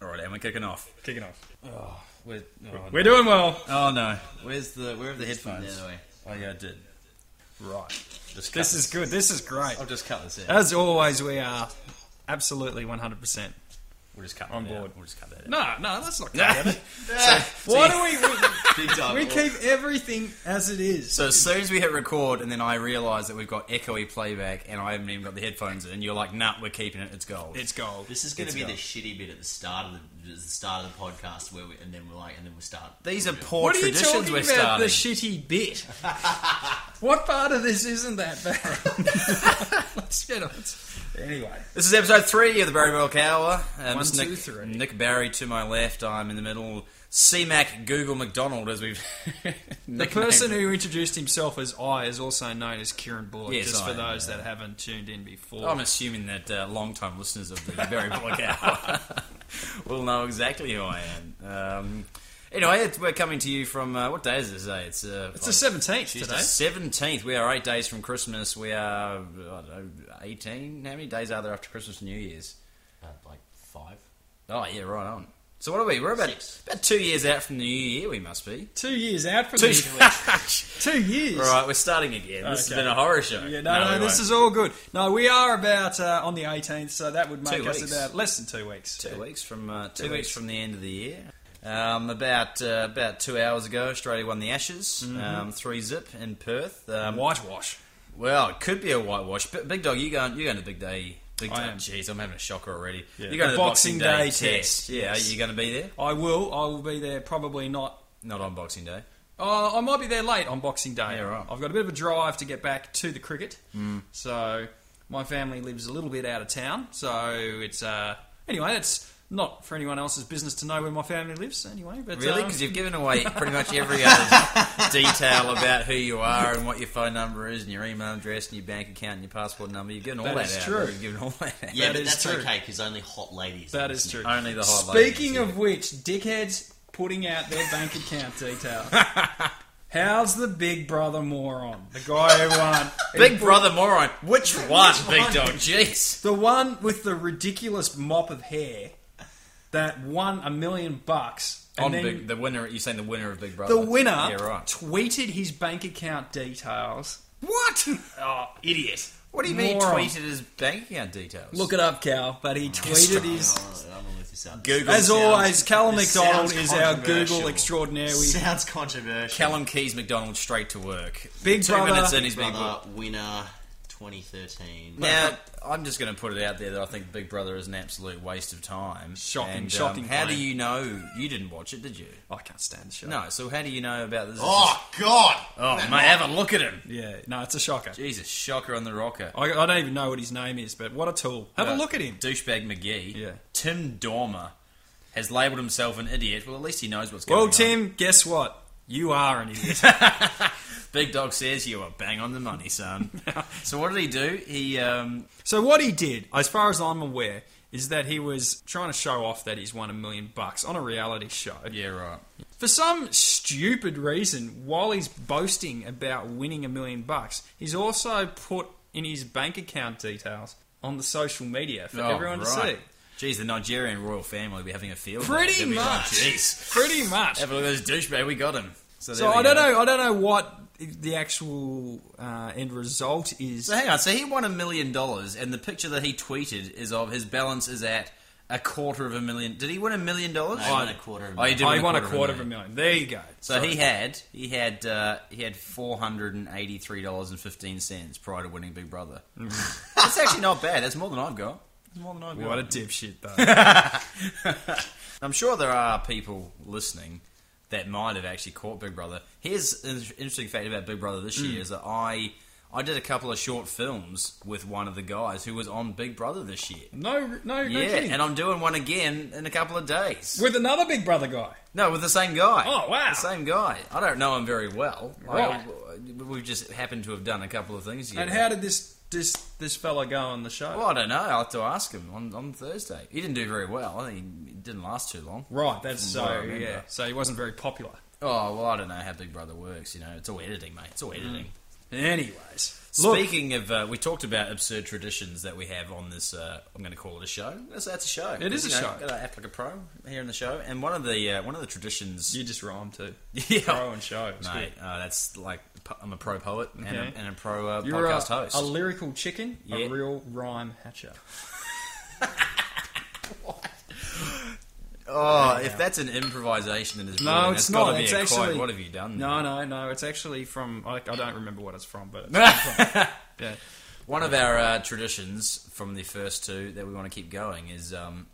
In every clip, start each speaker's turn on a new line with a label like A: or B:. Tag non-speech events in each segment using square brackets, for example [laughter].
A: All right, and we're kicking off.
B: Kicking off.
A: Oh, we're, oh,
B: We're
A: no.
B: doing well.
A: Oh no, where's the where are the
C: Headphones.
A: headphones?
C: The other way.
A: Oh yeah, I did.
B: Right.
A: Just cut Uh,
B: This is good. This is great.
A: I'll just cut this out.
B: As always, we are absolutely 100%.
A: We'll just cut
B: On
A: that
B: board.
A: Out. We'll just cut that out.
B: No, no, that's [laughs] not good. [laughs]
A: So-
B: Why do
A: Big time.
B: we, we keep everything as it is?
A: So as soon as we hit record, and then I realise that we've got echoey playback, and I haven't even got the headphones in. You're like, nah, we're keeping it. It's gold.
B: It's gold.
C: This is going
A: It's
C: to be
A: gone.
C: the shitty bit at the start of the, the start of the podcast where we and then we're like and then we start.
A: These are
C: real.
A: poor
B: What are you
A: traditions
B: talking
A: we're
B: about?
A: starting.
B: The shitty [laughs] bit. what part of this isn't that bad? [laughs] let's get on. Anyway,
A: this is episode three of the Barry Milk Hour. Uh,
B: One,
A: Mr.
B: two,
A: Nick,
B: three.
A: Nick Barry to my left. I'm in the middle. C-Mac Google McDonald, as we've [laughs]
B: the person who introduced himself as I is also known as Kieran Bullock.
A: Yes,
B: just
A: I
B: for
A: am,
B: those
A: yeah.
B: that haven't tuned in before.
A: I'm assuming that uh, long-time listeners of the
B: [laughs]
A: Barry Bullock Hour [laughs] will know exactly who I am. Um, anyway, it's, we're coming to you from uh, what day is it today? It's uh,
B: it's the seventeenth
A: It's
B: today.
A: the 17th. We are eight days from Christmas. We are I don't know, 18. How many days are there after Christmas and New Year's?
C: Uh, like five.
A: Oh yeah, right on. So what are we? We're about about two years out from the New Year. We must be.
B: Two years out
A: [laughs]
B: from
A: Two
B: the two years.
A: All right, we're starting again. This has
B: Okay.
A: been a horror show.
B: Yeah, no, no,
A: we
B: this
A: won't.
B: is all good. No, we are about uh, on the 18th, so that would make
A: Two
B: us
A: weeks.
B: about less than two weeks.
A: two weeks from uh, two,
B: Two
A: weeks.
B: weeks.
A: from the end of the year. Um, about uh, about two hours ago, Australia won the Ashes,
B: Mm-hmm.
A: um, three zip in Perth. Um,
B: Whitewash.
A: Well, it could be a whitewash. But Big Dog, you going? You going to Big Day? Big
B: I
A: Day.
B: am.
A: Jeez, I'm having a shocker already.
B: Yeah.
A: You're going
B: The
A: to the Boxing,
B: Boxing
A: Day,
B: Day
A: test.
B: test,
A: Yeah,
B: yes.
A: are you going to be there?
B: I will. I will be there. Probably not.
A: Not on Boxing Day.
B: Uh, I might be there late on Boxing Day.
A: Yeah, right. Hmm.
B: I've got a bit of a drive to get back to the cricket, so my family lives a little bit out of town. So it's uh, anyway. It's not for anyone else's business to know where my family lives. Anyway, but
A: Really?
B: um,
A: Because you've given away pretty much every other [laughs] detail about who you are and what your phone number is and your email address and your bank account and your passport number. You've given all that,
B: That is
A: out.
B: true.
A: You've given all that out.
C: Yeah,
B: That
C: but
B: is
C: that's
B: true.
C: okay because only hot ladies.
B: That is
C: [laughs]
B: true.
A: Only the hot ladies,
B: Speaking
A: yeah.
B: of which, dickheads putting out their bank account details. [laughs] How's the Big Brother moron? The guy who won. [laughs]
A: Big Brother moron. Which one, Big Dog? Jeez.
B: The one with the ridiculous mop of hair that won a million bucks. And
A: On
B: then
A: Big, the winner. You're saying the winner of Big Brother?
B: the winner
A: Yeah, right.
B: tweeted his bank account details.
A: What?
B: Oh, idiot.
A: What do you mean?
B: Moron.
A: Tweeted his bank account details.
B: Look it up, Cal. But he tweeted his.
C: I'm gonna lift this up.
A: Google.
B: As
A: sounds-
B: always, Callum
C: this
B: McDonald
C: sounds
B: is our
C: controversial.
B: Google extraordinary.
C: Sounds controversial.
A: Callum Keys McDonald straight to work.
B: Big
A: Two
B: Brother.
A: minutes in, he's been booked.
C: Brother winner 2013.
A: Now, I'm just going to put it out there that I think Big Brother is an absolute waste of time.
B: Shocking,
A: And, um,
B: shocking
A: How do
B: claim.
A: you know you didn't watch it? Did you?
B: I can't stand the show.
A: No. So how do you know about this?
C: oh God!
A: oh mate, have a look at him.
B: Yeah, no, it's a shocker.
A: Jesus, shocker on the rocker.
B: I, I don't even know what his name is, but what a tool. Have
A: Uh,
B: a look at him.
A: douchebag McGee.
B: Yeah.
A: Tim Dormer has labelled himself an idiot. Well, at least he knows what's going
B: Well,
A: on.
B: Tim, guess what? You are an idiot.
A: [laughs] Big Dog says you are bang on the money, son.
B: [laughs]
A: so what did he do? He um,
B: so, what he did, as far as I'm aware, is that he was trying to show off that he's won a million bucks on a reality show.
A: yeah right.
B: For some stupid reason, while he's boasting about winning a million bucks, he's also put in his bank account details on the social media for
A: Oh,
B: everyone
A: right.
B: to see.
A: Geez, the Nigerian royal family will be having a field. day.
B: Pretty
A: They'll be like,
B: much.
A: Jeez.
B: Pretty much.
A: Have a look at this douchebag. We got him.
B: So I don't know. I don't know what the actual uh, end result is.
A: So hang on. So he won a million dollars, and the picture that he tweeted is of his balance is at a quarter of a million. Did he win a million dollars?
C: No, he won a quarter of a
A: Oh, he did.
B: I
A: win
B: won a quarter of a million. There you go.
A: So he had he had uh, he had four hundred and eighty three dollars and fifteen cents prior to winning Big Brother. That's actually not bad. That's more than I've got. That's more than I've got.
B: what a dipshit
A: [laughs]
B: though.
A: I'm sure there are people listening that might have actually caught Big Brother. Here's an interesting fact about Big Brother this year is that I I did a couple of short films with one of the guys who was on Big Brother this year.
B: no, no,
A: Yeah,
B: no kidding.
A: and I'm doing one again in a couple of days.
B: With another Big Brother guy.
A: no, with the same guy.
B: Oh, wow.
A: the same guy. I don't know him very well.
B: Right.
A: I- we've just happened to have done a couple of things.
B: And
A: together.
B: how did this this this fella go on the show?
A: Well, I don't know. I'll have to ask him on, on Thursday. He didn't do very well. I think he didn't last too long.
B: Right, that's
A: From what I
B: so
A: remember.
B: yeah. So he wasn't very popular.
A: Oh well, I don't know how Big Brother works. You know, it's all editing, mate. It's all editing.
B: Anyways, Mm. look,
A: Speaking of, uh, we talked about absurd traditions that we have on this. Uh, I'm going to call it a show. That's, that's a show.
B: It is a
A: You know,
B: show.
A: Got to act like a pro here in the show. And one of the uh, one of the traditions.
B: you just rhyme too.
A: [laughs] yeah,
B: Pro and show. It's
A: mate. Uh, that's like po- I'm a pro poet and,
B: Okay.
A: a, and a pro uh,
B: good. You're a,
A: podcast host.
B: a lyrical chicken,
A: Yeah.
B: a real rhyme hatcher.
A: oh, if that's an improvisation in his
B: No,
A: building,
B: it's
A: that's gotta
B: not.
A: Be
B: It's
A: a
B: actually-
A: quote. What have you done? [laughs]
B: No, no, no. It's actually from. I, I don't remember what it's from, but it's, yeah.
A: One of our uh, traditions from the first two that we want to keep going is um,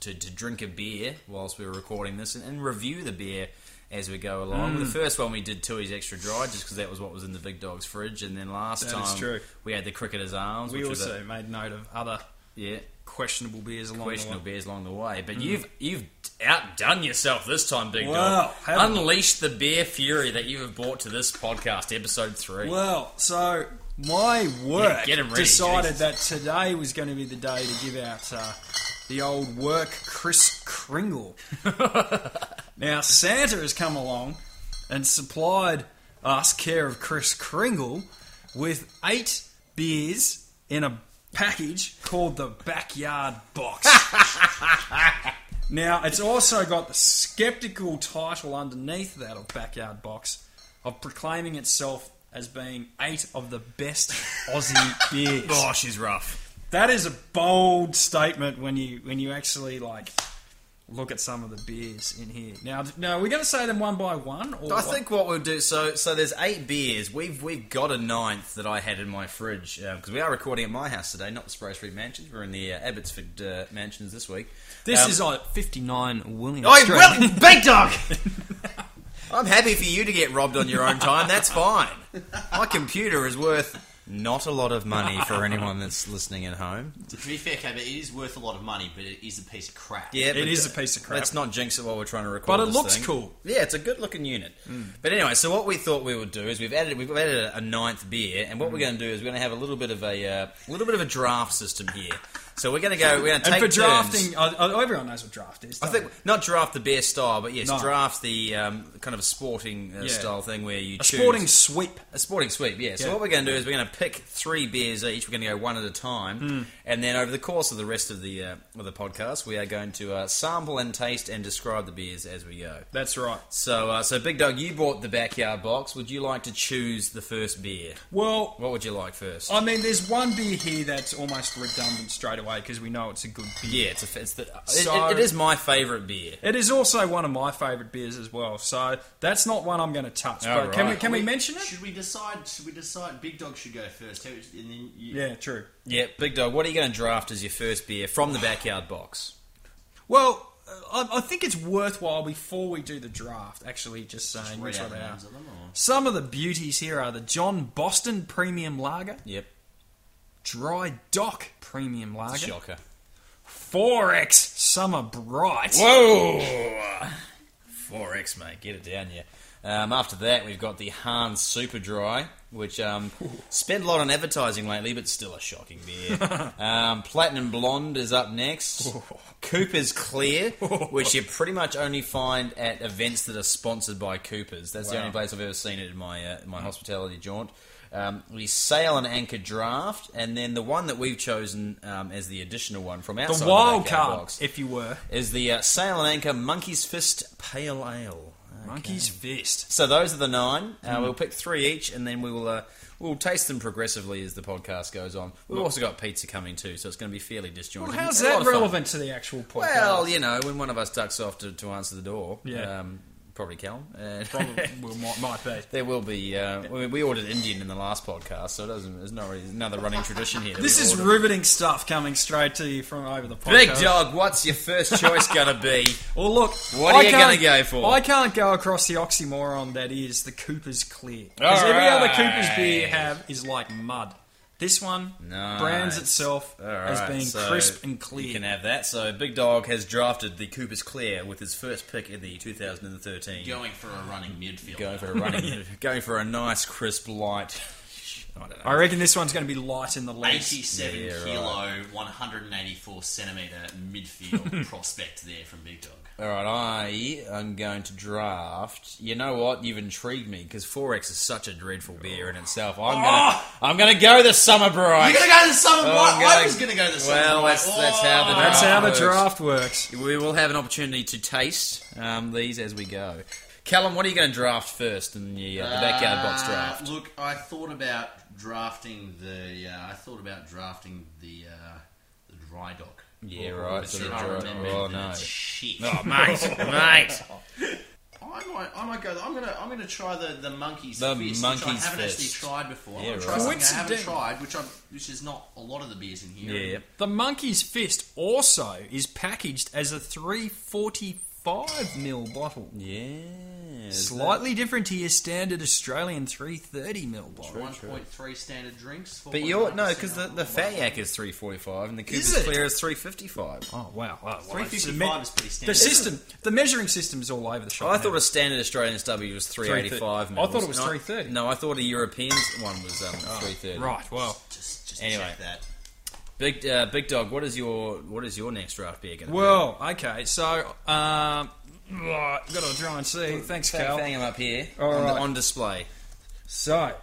A: to, to drink a beer whilst we were recording this and, and review the beer as we go
B: Hmm.
A: along. The first one we did Tui's Extra Dry just because that was what was in the Big Dog's fridge. And then last
B: That
A: time
B: is true.
A: we had the Cricketer's Arms.
B: We
A: which was
B: also
A: a,
B: made note of other
A: yeah,
B: questionable beers along
A: questionable
B: the way.
A: beers along the way. But you've you've outdone yourself this time, Big
B: Wow,
A: Dog.
B: haven't I?
A: Unleash the beer fury that you have brought to this podcast, episode three.
B: Well, so my work
A: Yeah, get 'em ready,
B: decided
A: Jesus.
B: that today was going to be the day to give out uh, the old work Chris
A: [laughs]
B: Kringle. now Santa has come along and supplied us care of Chris Kringle with eight beers in a package called the Backyard
A: [laughs]
B: Box. Now, it's also got the skeptical title underneath that of Backyard Box of proclaiming itself as being eight of the best
A: [laughs]
B: Aussie beers.
A: Oh, she's rough.
B: That is a bold statement when you when you actually like look at some of the beers in here. Now, now we're going to say them one by one. Or
A: I think what we'll do. So, so there's eight beers. We've we've got a ninth that I had in my fridge because we are recording at my house today, not the Spray Street Mansions. We're in the uh, Abbotsford uh, Mansions this week.
B: this
A: Um,
B: is on fifty nine William
A: Oi,
B: Street.
A: well, big dog. I'm happy for you to get robbed on your own time. That's fine. My computer is worth not a lot of money for anyone that's listening at home.
C: To be fair, Cabot, it is worth a lot of money, but it is a piece of crap.
A: Yeah,
B: It
A: but
B: is a piece of crap.
A: Let's eh? not jinx it while we're trying to record.
B: But it
A: this
B: looks
A: thing.
B: cool. Hmm.
A: Yeah, it's a good looking unit. But anyway, so what we thought we would do is we've added we've added a, a ninth beer, and what we're
B: Hmm.
A: going to do is we're going to have a little bit of a uh, little bit of a draft system here. So we're going to go. We're going to take
B: and for
A: turns.
B: drafting, I, I, everyone knows what draft is.
A: I
B: don't
A: think not draft the beer style, but yes,
B: No.
A: draft the um, kind of a sporting uh,
B: Yeah.
A: style thing where you
B: they? a
A: choose
B: sporting sweep.
A: a sporting sweep, yeah. So
B: Yeah.
A: what we're going to do is we're going to pick three beers each. We're going to go one at a time,
B: Hmm.
A: and then over the course of the rest of the uh, of the podcast, we are going to uh, sample and taste and describe the beers as we go.
B: That's right.
A: So, uh, so Big Dog, you bought the backyard box. Would you like to choose the first beer?
B: Well,
A: What would you like first?
B: I mean, there's one beer here that's almost redundant straight away because we know it's a good beer.
A: yeah, it's, a, it's the, it-
B: So-
A: it- it is my favourite beer.
B: It is also one of my favourite beers as well, so that's not one I'm going to touch.
A: All
B: but can we
A: right.
B: can we mention it?
C: Should we decide? Should we decide? Big Dog should go first, and then you,
B: Yeah, true.
A: Yeah, Big Dog, what are you going to draft as your first beer from the backyard box?
B: Well, uh, I, I think it's worthwhile before we do the draft. Actually, just saying
C: read
B: which one
C: out the
B: they are.
C: names of them. Or?
B: Some of the beauties here are the John Boston Premium Lager,
A: Yep,
B: Dry Dock Premium Lager,
A: shocker.
B: Forex Summer Bright.
A: Whoa! 4X, mate. Get it down, yeah. Um, after that, we've got the Hans Super Dry, which um, spent a lot on advertising lately, but still a shocking
B: [laughs]
A: beer. um, Platinum Blonde is up next. Cooper's Clear, which you pretty much only find at events that are sponsored by Cooper's. That's the
B: Wow.
A: only place I've ever seen it in my uh, in my hospitality jaunt. Um, we sail and anchor draft, and then the one that we've chosen um, as the additional one from outside
B: The wild
A: backyard
B: card,
A: box
B: if you were.
A: is the uh, Sail and Anchor Monkey's Fist Pale Ale. Okay.
B: Monkey's Hmm. Fist.
A: So those are the nine. Uh, We'll pick three each, and then we will uh, we'll taste them progressively as the podcast goes on. We've also got pizza coming too, so it's going to be fairly disjointed.
B: Well,
A: It's
B: how's
A: a lot
B: that
A: of fun.
B: relevant to the actual podcast? [laughs]
A: Well, you know, when one of us ducks off to, to answer the door,
B: Yeah.
A: um, probably Callum. Uh,
B: Probably, well, might, might be.
A: [laughs] There will be. Uh, we, we ordered Indian in the last podcast, so it doesn't. There's not really another running tradition here. that
B: This
A: we've
B: is
A: ordered.
B: riveting stuff coming straight to you from over the podcast.
A: big dog. What's your first choice going to be? [laughs]
B: Well, look,
A: What are
B: I
A: you
B: can't-
A: gonna go for?
B: I can't go across the oxymoron that is the Cooper's Clear because every
A: Alright.
B: other Cooper's beer you have is like mud. This one
A: Nice.
B: brands itself
A: All
B: as
A: right,
B: being
A: so
B: crisp and
A: You
B: clear.
A: can have that. So Big Dog has drafted the Cooper's Clear with his first pick in the 2013.
C: Going for a running
B: [laughs]
C: midfield.
A: Going for a running, going for a nice crisp light I don't know.
B: I reckon this one's going to be light in the legs.
C: 87
A: Yeah, right.
C: kilo, 184 centimeter
A: [laughs]
C: midfield prospect there from Big Dog.
A: All right, I am going to draft. You know what? You've intrigued me because Forex is such a dreadful beer in itself. I'm gonna,
B: Oh!
A: I'm gonna go the summer bright.
C: You're gonna go to the summer.
A: Oh,
C: White.
A: I'm
C: I
A: gonna-
C: was gonna go to the summer.
A: Well,
C: White.
A: that's- that's how the
C: Oh.
B: That's how the
A: Works.
B: draft works.
A: We will have an opportunity to taste um, these as we go. Callum, what are you going to draft first in the, uh, the backyard box
C: Uh,
A: draft?
C: Look, I thought about drafting the. Uh, I thought about drafting the uh, the dry dock.
A: Yeah, right,
C: But
A: so
C: then
A: the
C: I
A: dry-
C: remembered
A: oh,
C: that
A: no.
C: it's Shit.
A: Oh,
C: [laughs]
A: mate, mate.
C: I might, I might go. I'm gonna, I'm gonna try the the monkey's
A: The
C: fist, which I
A: monkey's
C: haven't actually
A: fist.
C: tried before.
A: Yeah,
C: I'm gonna
A: right.
C: try something I haven't
B: Coincident-
C: tried, which I, which is not a lot of the beers in here.
A: Yeah.
B: The monkey's fist also is packaged as a 345 mil bottle.
A: Yeah.
B: Uh, Slightly different to your standard Australian 330 mil bottle.
C: One point three standard drinks.
A: But
C: 4.9%
A: you're no, because the, the
C: alcohol.
A: fat yak is three forty five and the
B: Is
A: Cooper's
B: it?
A: Clear is three fifty five.
B: Oh wow! Oh, well,
C: 355 is pretty
B: The
C: standard.
B: system, the measuring system's all over the shop.
A: Oh, I thought a standard Australian stubby was three eighty five.
B: I thought it was 330.
A: No, I thought a European one was um, three thirty.
B: right. Well,
C: Just, just
A: Anyway.
C: check that.
A: Big uh, big dog. What is your what is your next draft beer going to
B: well, okay. So, um, right, got to try and see. Thanks, Cal.
A: Hang him up here
B: All
A: on, the-
B: right.
A: on display.
B: So,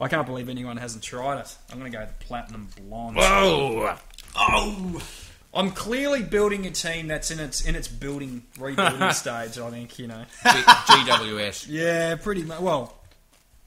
B: I can't believe anyone hasn't tried it. I'm going to go with platinum blonde.
A: Whoa!
C: Oh,
B: I'm clearly building a team that's in its in its building [laughs] rebuilding stage. I think you know.
A: GWS.
B: Yeah, pretty much. Well,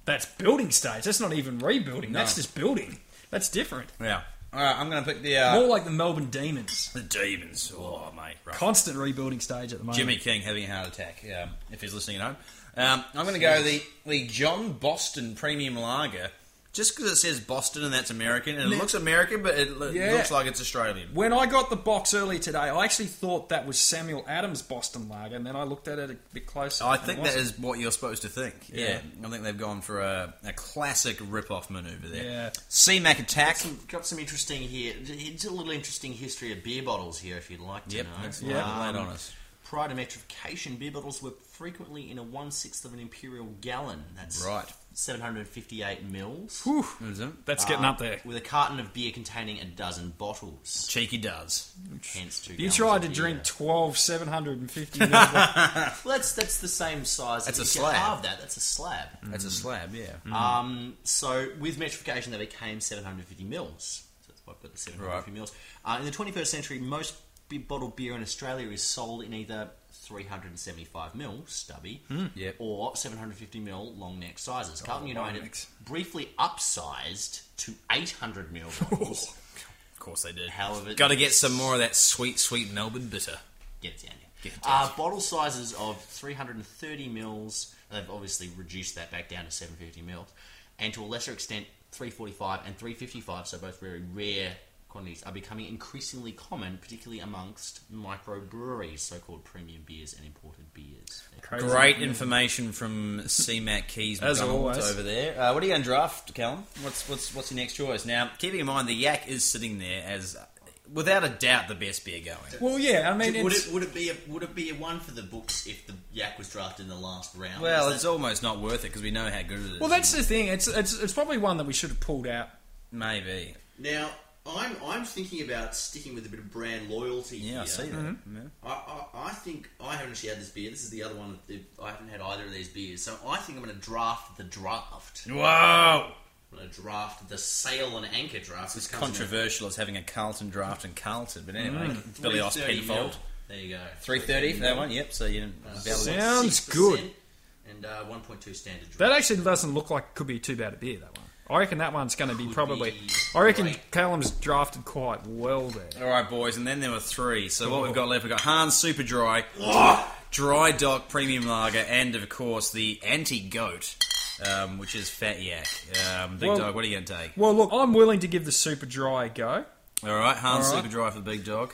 B: that's building stage. That's not even rebuilding. That's just building. That's different.
A: Yeah. All right, I'm going to pick the
B: More
A: uh,
B: like the Melbourne Demons.
A: the demons. Oh, mate. Right.
B: Constant rebuilding stage at the moment.
A: Jimmy King having a heart attack. Um, if he's listening at home, um, I'm going to go the the John Boston Premium Lager. Just because it says Boston and that's American, and it looks American, but it lo-
B: Yeah.
A: looks like it's Australian.
B: When I got the box earlier today, I actually thought that was Samuel Adams Boston Lager, and then I looked at it a bit closer.
A: I
B: and it
A: think that
B: wasn't.
A: is what you're supposed to think. Yeah, I think they've gone for a, a classic rip-off maneuver there.
B: Yeah.
A: C-Mac attack.
C: some, got some interesting here. It's a little interesting history of beer bottles here, if you'd like to
A: Yep,
C: know. Um,
A: that's
B: Yeah.
A: yeah. laid on us.
C: Prior to metrification, beer bottles were frequently in a one sixth of an imperial gallon. That's
A: Right.
C: 758 mils.
B: Whew,
A: Is it?
B: that's getting up there.
C: With a carton of beer containing a dozen bottles.
A: Cheeky does.
C: Hence two
B: You
C: gallons
B: tried
C: of
B: to
C: beer.
B: drink 12, 750 [laughs] mil-
C: Well, that's, that's the same size.
A: That's
C: if
A: a
C: you
A: slab.
C: Halve that. That's a slab.
A: That's a slab, yeah.
C: Um, so with metrification, they became 750 mils. So that's why I've got the 750
A: Right.
C: mils. Uh, in the 21st century, most be- bottled beer in Australia is sold in either 375 mil stubby
A: Yep.
C: or 750 mil long neck sizes. Carlton
B: Oh, long
C: United
B: necks.
C: briefly upsized to
B: [laughs]
C: 800 mil bottles.
A: Of course they did.
C: However,
A: Got to get some more of that sweet, sweet Melbourne bitter.
C: Get it down here.
A: Get it down.
C: Uh, bottle sizes of 330 mils. They've obviously reduced that back down to 750 mils, and to a lesser extent, 345 and 355. So both very rare quantities are becoming increasingly common, particularly amongst microbreweries, so-called premium beers and imported beers.
B: Crazy.
A: Great information from C-Mac Keys
B: As
A: McDonald's
B: always.
A: over there. Uh, what are you going to draft, Callum? What's what's what's your next choice? Now, keeping in mind the yak is sitting there as, uh, without a doubt, the best beer going.
B: Well, yeah, I mean,
C: would
B: it's,
C: it would it be a, would it be a one for the books if the yak was drafted in the last round?
A: Well,
C: Is
A: it's
C: that-
A: almost not worth it because we know how good it is.
B: well, that's the thing. It's, it's it's probably one that we should have pulled out.
A: maybe.
C: now I'm I'm thinking about sticking with a bit of brand loyalty.
A: Yeah, I
C: here.
A: see that.
B: Mm-hmm.
A: Yeah.
C: I, I, I think I haven't actually had this beer. This is the other one. That I haven't had either of these beers, so I think I'm going to draft the draft.
A: Wow!
C: I'm going to draft the sail and anchor draft. This comes in a-
A: Controversial as having a Carlton draft and Carlton, but anyway,
B: Mm.
A: Mm, Billy Oss
C: 330
A: Penfold.
C: mil. There you go.
A: Three thirty for that one. Yep. So you didn't. valid-
B: yeah. Sounds good.
C: And uh, 1.2 standard. Drink.
B: That actually doesn't look like it could be too bad a beer. That one. I reckon that one's going to be
C: Could
B: probably.
C: be
B: I reckon
C: great.
B: Callum's drafted quite well there.
A: All right, boys, and then there were three. So what
B: Oh.
A: we've got left, we've got Hans Super
B: [gasps]
A: Dry, Dry Dock Premium Lager, and of course the Anti Goat, um, which is Fat Yak. Um, big
B: Well-
A: dog, what are you going to take?
B: Well, look, I'm willing to give the super dry a go.
A: All right, Hans
B: All right.
A: Super Dry for the big dog.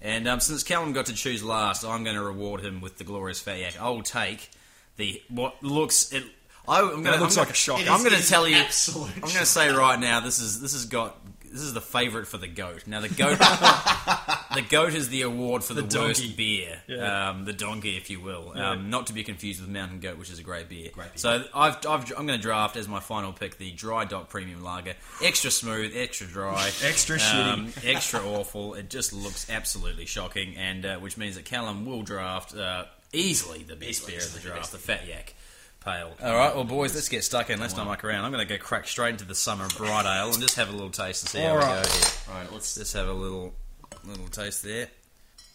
A: And um, since Callum got to choose last, I'm going to reward him with the glorious Fat Yak. I'll take the what looks it. I, I'm gonna,
B: That looks
A: I'm
B: like a shock.
A: I'm
C: It
A: going to
C: is
A: tell you.
C: absolute
A: I'm going to say right now, this is this has got this is the favourite for the goat. Now the goat, the goat is the award for the,
B: The donkey.
A: worst beer,
B: Yeah.
A: um, the donkey, if you will.
B: Yeah.
A: Um, not to be confused with Mountain Goat, which is a great beer.
C: Great beer.
A: So I've, I've, I'm going to draft as my final pick the Dry Dock Premium Lager, extra smooth, extra dry,
B: Extra
A: shitty, extra awful. It just looks absolutely shocking, and uh, which means that Callum will draft uh, easily the best
C: Easily,
A: beer of the
C: easily the
A: draft,
C: best.
A: the Fat Yak. Pale. All right, well, boys, let's get stuck in. Let's not muck around. I'm going to go crack straight into the summer bright ale and just have a little taste and see how
B: All
A: we
B: right.
A: go here.
C: Alright, let's.
A: Just have a little little taste there.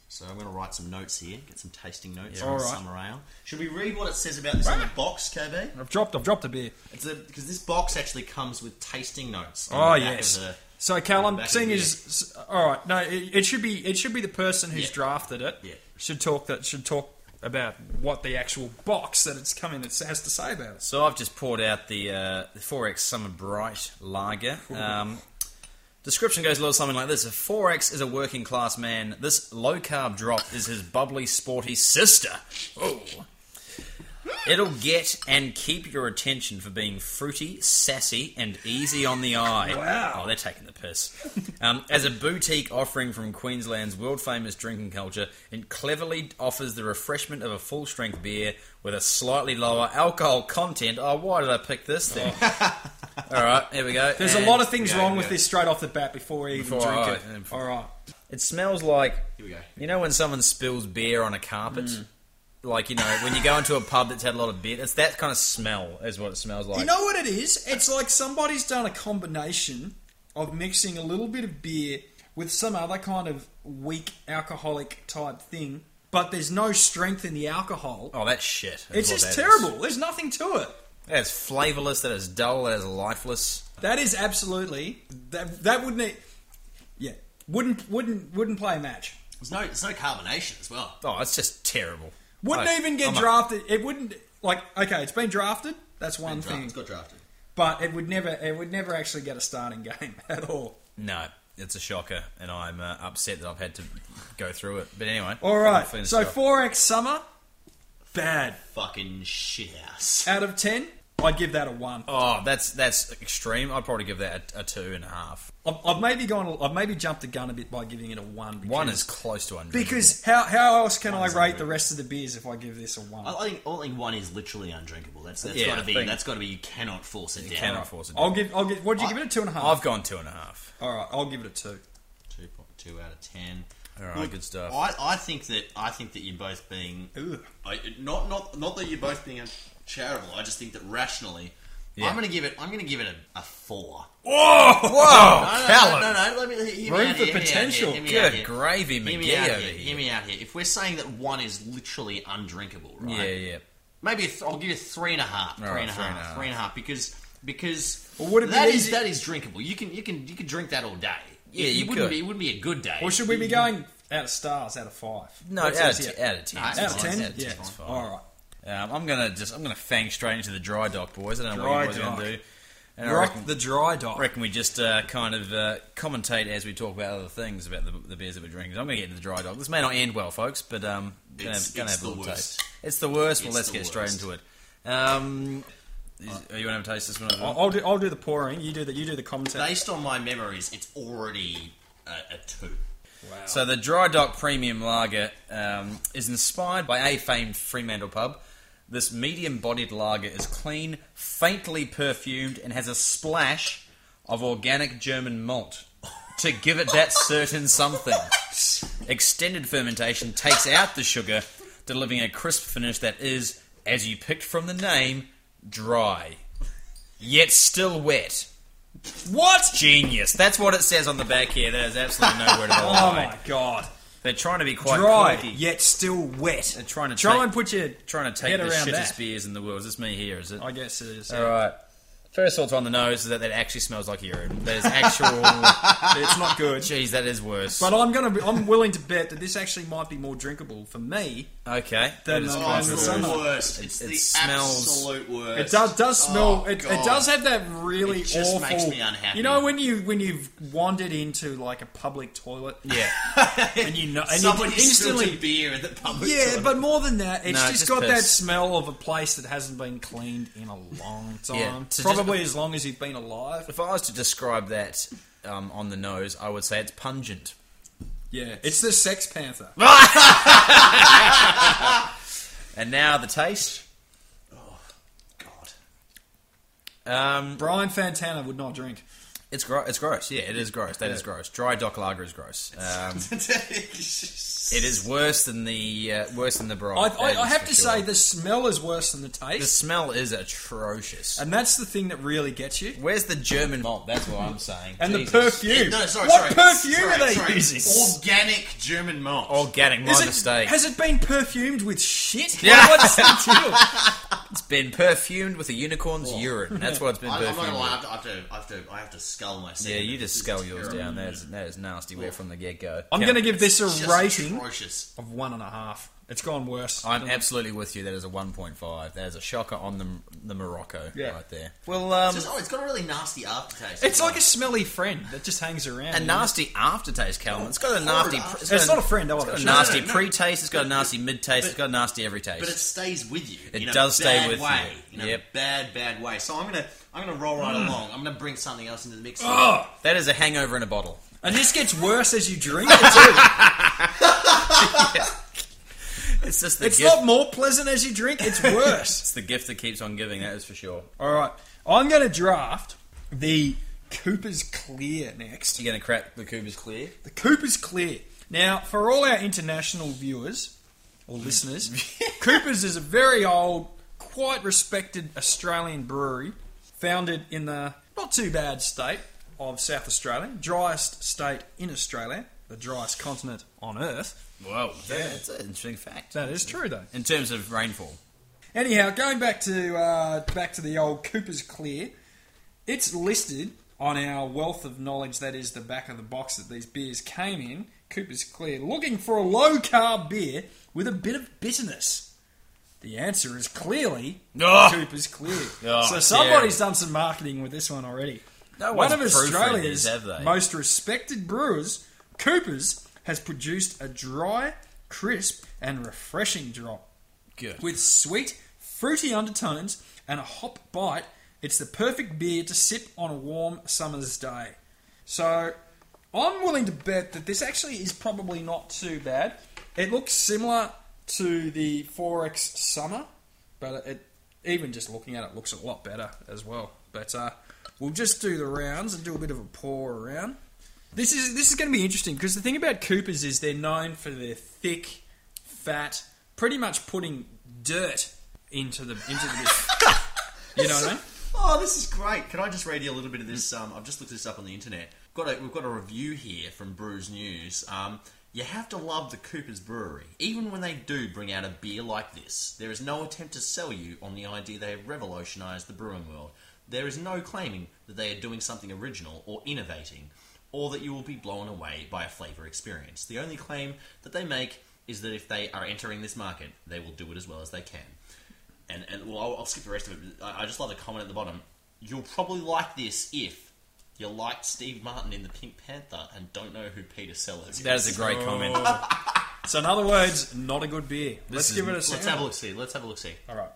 C: So I'm going to write some notes here, get some tasting notes
B: Yeah.
C: on the
B: Alright.
C: summer ale. Should we read what it says about this on the box, KB?
B: I've dropped. I've dropped a beer.
C: Because this box actually comes with tasting notes. on
B: Oh
C: the back
B: yes.
C: of the-
B: So
C: on
B: Callum,
C: the back of
B: seeing
C: the
B: as all right, no, it, it should be it should be the person who's
C: Yeah.
B: drafted it
C: Yeah.
B: should talk that should talk about what the actual box that it's coming it has to say about it.
A: So I've just poured out the uh, the 4X Summer Bright Lager. Um, description goes a little something like this: A 4X is a working class man. This low carb drop is his bubbly, sporty sister. Oh. It'll get and keep your attention for being fruity, sassy, and easy on the eye.
B: Wow.
A: Oh, they're taking the piss. Um, as a boutique offering from Queensland's world famous drinking culture, it cleverly offers the refreshment of a full strength beer with a slightly lower alcohol content. Oh, why did I pick this thing?
B: [laughs]
A: All right, here we go.
B: There's
A: And
B: a lot of things
C: yeah,
B: wrong
C: yeah.
B: with this straight off the bat before we even
A: Before
B: drink
A: I-
B: it.
A: and before-
B: all right,
A: It smells like.
C: Here we go.
A: You know when someone spills beer on a carpet?
B: Mm.
A: Like, you know, when you go into a pub that's had a lot of beer, it's that kind of smell, is what it smells like.
B: you know what it is? It's like somebody's done a combination of mixing a little bit of beer with some other kind of weak alcoholic type thing, but there's no strength in the alcohol.
A: oh, that's shit. is
B: it's
A: what
B: just
A: that is.
B: terrible. There's nothing to it.
A: That is flavourless, that is dull, that is lifeless.
B: That is absolutely that. That wouldn't. It, yeah, wouldn't wouldn't wouldn't play a match.
C: There's no, there's no carbonation as well.
A: Oh, it's just terrible.
B: Wouldn't
A: I-
B: even get
A: I'm a-
B: drafted. It wouldn't like okay. It's been drafted. That's one
C: Draft-
B: thing.
C: It's got drafted.
B: But it would never. It would never actually get a starting [laughs] game at all.
A: No, it's a shocker, and I'm uh, upset that I've had to go through it. But anyway.
B: All
A: I'm
B: right.
A: finished
B: So
A: off.
B: four X summer, bad.
C: Fucking shit house.
B: Out of ten, I'd give that a one.
A: Oh, that's that's extreme. I'd probably give that a, a two and a half.
B: I've, I've maybe gone. I've maybe jumped the gun a bit by giving it a one. Because,
A: One is close to undrinkable.
B: because how how else can I
C: One's
B: rate the
C: unreal.
B: rest of the beers if I give this a one?
C: I I think all in one is literally undrinkable. That's that's
A: Yeah,
C: got
A: I
C: to be
A: think-
C: that's got to be you cannot force it down.
A: cannot force it.
B: I'll give. I'll give. What did you
C: I-
B: give it? A two and a half.
A: I've gone two and a half.
B: All right. I'll give it a two.
C: Two point two out of ten.
A: All right,
C: Look,
A: good stuff.
C: I, I think that I think that you're both being
B: Ugh.
C: I, not not not that you're both being charitable. I just think that rationally,
A: Yeah.
C: I'm going to give it. I'm going to give it a, a four.
A: Whoa! Whoa!
C: No, no,
A: Callum!
C: no, no, no, Let me hear me
B: Room
C: out
B: for
C: here, hear me out here,
B: potential.
C: hear me out
A: Good
C: here.
A: gravy,
C: Hear
A: McGee
C: me out
A: over
C: here. Hear
A: here.
C: me out here. If we're saying that one is literally undrinkable, right?
A: Yeah, yeah.
C: Maybe a th- I'll give you three and a half, three
A: All right,
C: and a
A: three and a
C: half,
A: half.
C: three and a half, because because
B: Well, would it be
C: that is-
B: easy-
C: that is drinkable. You can you can you can drink that all day.
A: Yeah,
C: It-
A: you
C: it wouldn't
A: could.
C: Be, it wouldn't be a good day.
B: Or should we be going out of stars, out of five?
A: No, out
B: What's
A: of,
B: this
A: ten,
B: here?
A: out of ten.
C: No,
A: it's
B: Out of
A: fine,
B: ten?
A: it's
B: yeah.
A: fine, it's fine.
B: All right.
A: Um, I'm gonna just I'm gonna fang straight into the dry dock, boys. I don't know what
B: Dry
A: you boys are gonna
B: dock.
A: do. And I
B: Rock
A: reckon,
B: the dry dock.
A: reckon we just uh, kind of uh, commentate as we talk about other things about the, the beers that we're drinking. So I'm gonna get into the dry dock. This may not end well, folks, but um, gonna,
C: It's-
A: gonna
C: it's
A: have a
C: the
A: little
C: worst.
A: taste. It's the worst. well,
C: It's
A: let's
C: the
A: get straight
C: worst.
A: into it. Um, is, are you gonna have a taste this one? as well?
B: I'll, I'll do. I'll do the pouring. You do the. You do the commentary.
C: Based on my memories, it's already a, a two.
B: Wow.
A: So the Dry Dock Premium Lager um, is inspired by a famed Fremantle pub. This medium-bodied lager is clean, faintly perfumed, and has a splash of organic German malt to give it that certain something. Extended fermentation takes out the sugar, delivering a crisp finish that is, as you picked from the name, dry, yet still wet. What genius! That's what it says on the back here. That is absolutely no word about
B: oh my god.
A: they're trying to be quite
B: Dry
A: quirky.
B: yet still wet.
A: They're trying to
B: try
A: take-
B: and put your
A: Trying to take
B: head
A: the
B: around
A: shittest
B: that.
A: beers in the world. Is this me here? Is it?
B: I guess it is.
A: All right. First thoughts on the nose is that that actually smells like urine. That is
B: [laughs]
A: actual.
B: It's not good.
A: Jeez, that is worse.
B: But I'm gonna. Be, I'm willing to bet that this actually might be more drinkable for me.
A: okay, that
B: Then
A: is
B: Oh,
C: Oh,
A: quite
C: it's
B: it's
C: the
B: the
A: worse.
B: summer.
C: worst. It's
A: It- it
C: the
A: smells-
C: absolute worst.
B: It does does smell.
C: Oh,
B: it, it
C: God.
B: does have that really
C: It just
B: awful.
C: makes me unhappy.
B: You know when you when you've wandered into like a public toilet
A: Yeah,
B: and you know and you
C: Somebody
B: instantly
C: instantly beer at the public.
B: Yeah,
C: toilet.
B: but more than that, it's
A: No,
B: just
A: just
B: got that
A: piss.
B: smell of a place that hasn't been cleaned in a long time.
A: Yeah, so just-
B: Probably as long as you've been alive.
A: if I was to describe that um, on the nose, I would say it's pungent.
B: Yeah, it's the Sex Panther.
A: And now the taste.
C: God.
A: Um,
B: Brian Fantana would not drink.
A: it's gross. It's gross. Yeah, it is gross. That is gross. Dry dock lager is gross.
B: [laughs]
A: Um, it is worse than the uh, worse than the brine.
B: I,
A: That
B: I, I
A: is
B: have
A: for
B: to
A: sure.
B: say, the smell is worse than the
A: the
B: taste,
A: smell is atrocious.
B: and that's the thing that really gets you.
A: Where's the German malt? That's what I'm saying.
B: And
A: Jesus.
B: the perfume.
C: No, sorry,
B: what
C: sorry.
B: perfume
C: Sorry,
B: are they
C: sorry.
B: using?
C: Organic German malt.
A: Organic, my
B: Is it-
A: mistake.
B: Has it been perfumed with shit?
A: Yeah.
B: Like, what's the deal?
A: it's been perfumed with a unicorn's urine. That's what it's been
C: [laughs] I, I'm
A: perfumed
C: not gonna lie, I
A: with.
C: have to, I have to, I have to, I have to scull my
A: Yeah,
C: second.
A: you just
C: This is
A: scull yours
C: terrible.
A: down. That is, that is nasty way from the get go.
B: I'm going to give this a
C: Just
B: rating
C: atrocious.
B: of one and a half. It's gone worse.
A: I'm absolutely with you. That is a 1.5. That is a shocker on the the Morocco
B: Yeah.
A: right there. Well, um,
C: It's just- oh, it's got a really nasty aftertaste.
B: It's like a smelly friend that just hangs around.
A: a
B: you know?
A: nasty aftertaste, Calvin. It's got a
C: horrid
A: nasty.
C: aftertaste.
A: got
B: It's not a friend, I
A: It's
B: want
A: got a
B: it.
A: nasty
C: No, no, no.
A: pre-taste. It's got a nasty mid-taste. It's got a nasty every taste.
C: but it stays with you.
A: It
C: in a
A: does stay
C: bad
A: with
C: way,
A: you.
C: In
A: Yep. Mm.
C: a bad, bad way. So I'm gonna, I'm gonna roll right along. I'm gonna bring something else into the mix.
B: Ugh.
A: that is a hangover in a bottle.
B: And this gets worse as you drink it too.
A: It's just the
B: it's
A: gift.
B: not more pleasant as you drink, it's
A: [laughs]
B: worse.
A: it's the gift that keeps on giving. That is for sure.
B: All right. I'm going to draft the Cooper's Clear next.
A: You're going to crack the Cooper's clear.
B: The Cooper's Clear. Now, for all our international viewers or listeners, Cooper's is a very old, quite respected Australian brewery founded in the not too bad state of South Australia, driest state in Australia, the driest continent on earth.
A: Whoa, that's an interesting fact.
B: That is true, though.
A: In terms of rainfall,
B: Anyhow, going back to uh, back to the old Cooper's Clear, it's listed on our wealth of knowledge that is the back of the box that these beers came in. Cooper's Clear, looking for a low carb beer with a bit of bitterness. The answer is clearly
A: Oh.
B: Cooper's Clear.
A: [laughs] Oh,
B: so somebody's done some marketing with this one already.
A: no
B: One
A: one's
B: of
A: proofreading these,
B: Australia's
A: have they?
B: most respected brewers, Cooper's, has produced a dry, crisp, and refreshing drop.
A: Good.
B: With sweet, fruity undertones and a hop bite, it's the perfect beer to sip on a warm summer's day. So, I'm willing to bet that this actually is probably not too bad. It looks similar to the Forex Summer, but it even just looking at it looks a lot better as well. But uh, we'll just do the rounds and do a bit of a pour around. This is this is going to be interesting because the thing about Coopers is they're known for their thick, fat, pretty much putting dirt into the into the beer. you know what I mean?
C: Oh, this is great. Can I just read you a little bit of this? Um, I've just looked this up on the internet. Got a, we've got a review here from Brews News. Um, you have to love the Cooper's Brewery. Even when they do bring out a beer like this, there is no attempt to sell you on the idea they have revolutionised the brewing world. There is no claiming that they are doing something original or innovating, or that you will be blown away by a flavour experience. The only claim that they make is that if they are entering this market, they will do it as well as they can and, and well, I'll, I'll skip the rest of it. but I, I just love the comment at the bottom. You'll probably like this if you like Steve Martin in the Pink Panther and don't know who Peter Sellers is.
A: that is a great comment.
B: So in other words, not a good beer. Let's
A: is-
B: give it a
C: Let's have a
B: sample.
C: look. See. Let's have a look. See.
B: All right.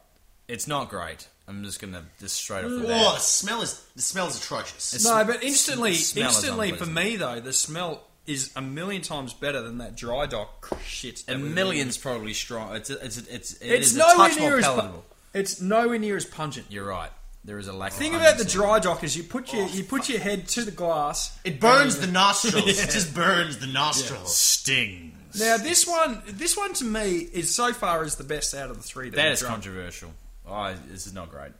A: It's not great. I'm just going to just straight off the
C: Oh, the
A: bat.
C: smell is the smell is atrocious.
A: It's-
B: No, but instantly,
A: the smell is
B: instantly for
A: unpleasant.
B: me though, the smell is a million times better than that dry dock cr- shit. that
A: A
B: we've
A: million's probably strong. It's a, it's a, it's it
B: been- It's
A: is a
B: nowhere
A: touch
B: near
A: more
B: as pu-
A: palatable.
B: it's nowhere near as pungent.
A: You're right. There is Oh, a lack.
B: The thing
A: of
B: about the
A: pungency.
B: dry dock is you put your you put your head to the glass.
C: it burns the nostrils. It just burns the nostrils.
A: stings.
B: Now this one, this one to me is so far is the best out of the three. That,
A: That
B: we've
A: is
B: drunk.
A: controversial. Oh, this is not great.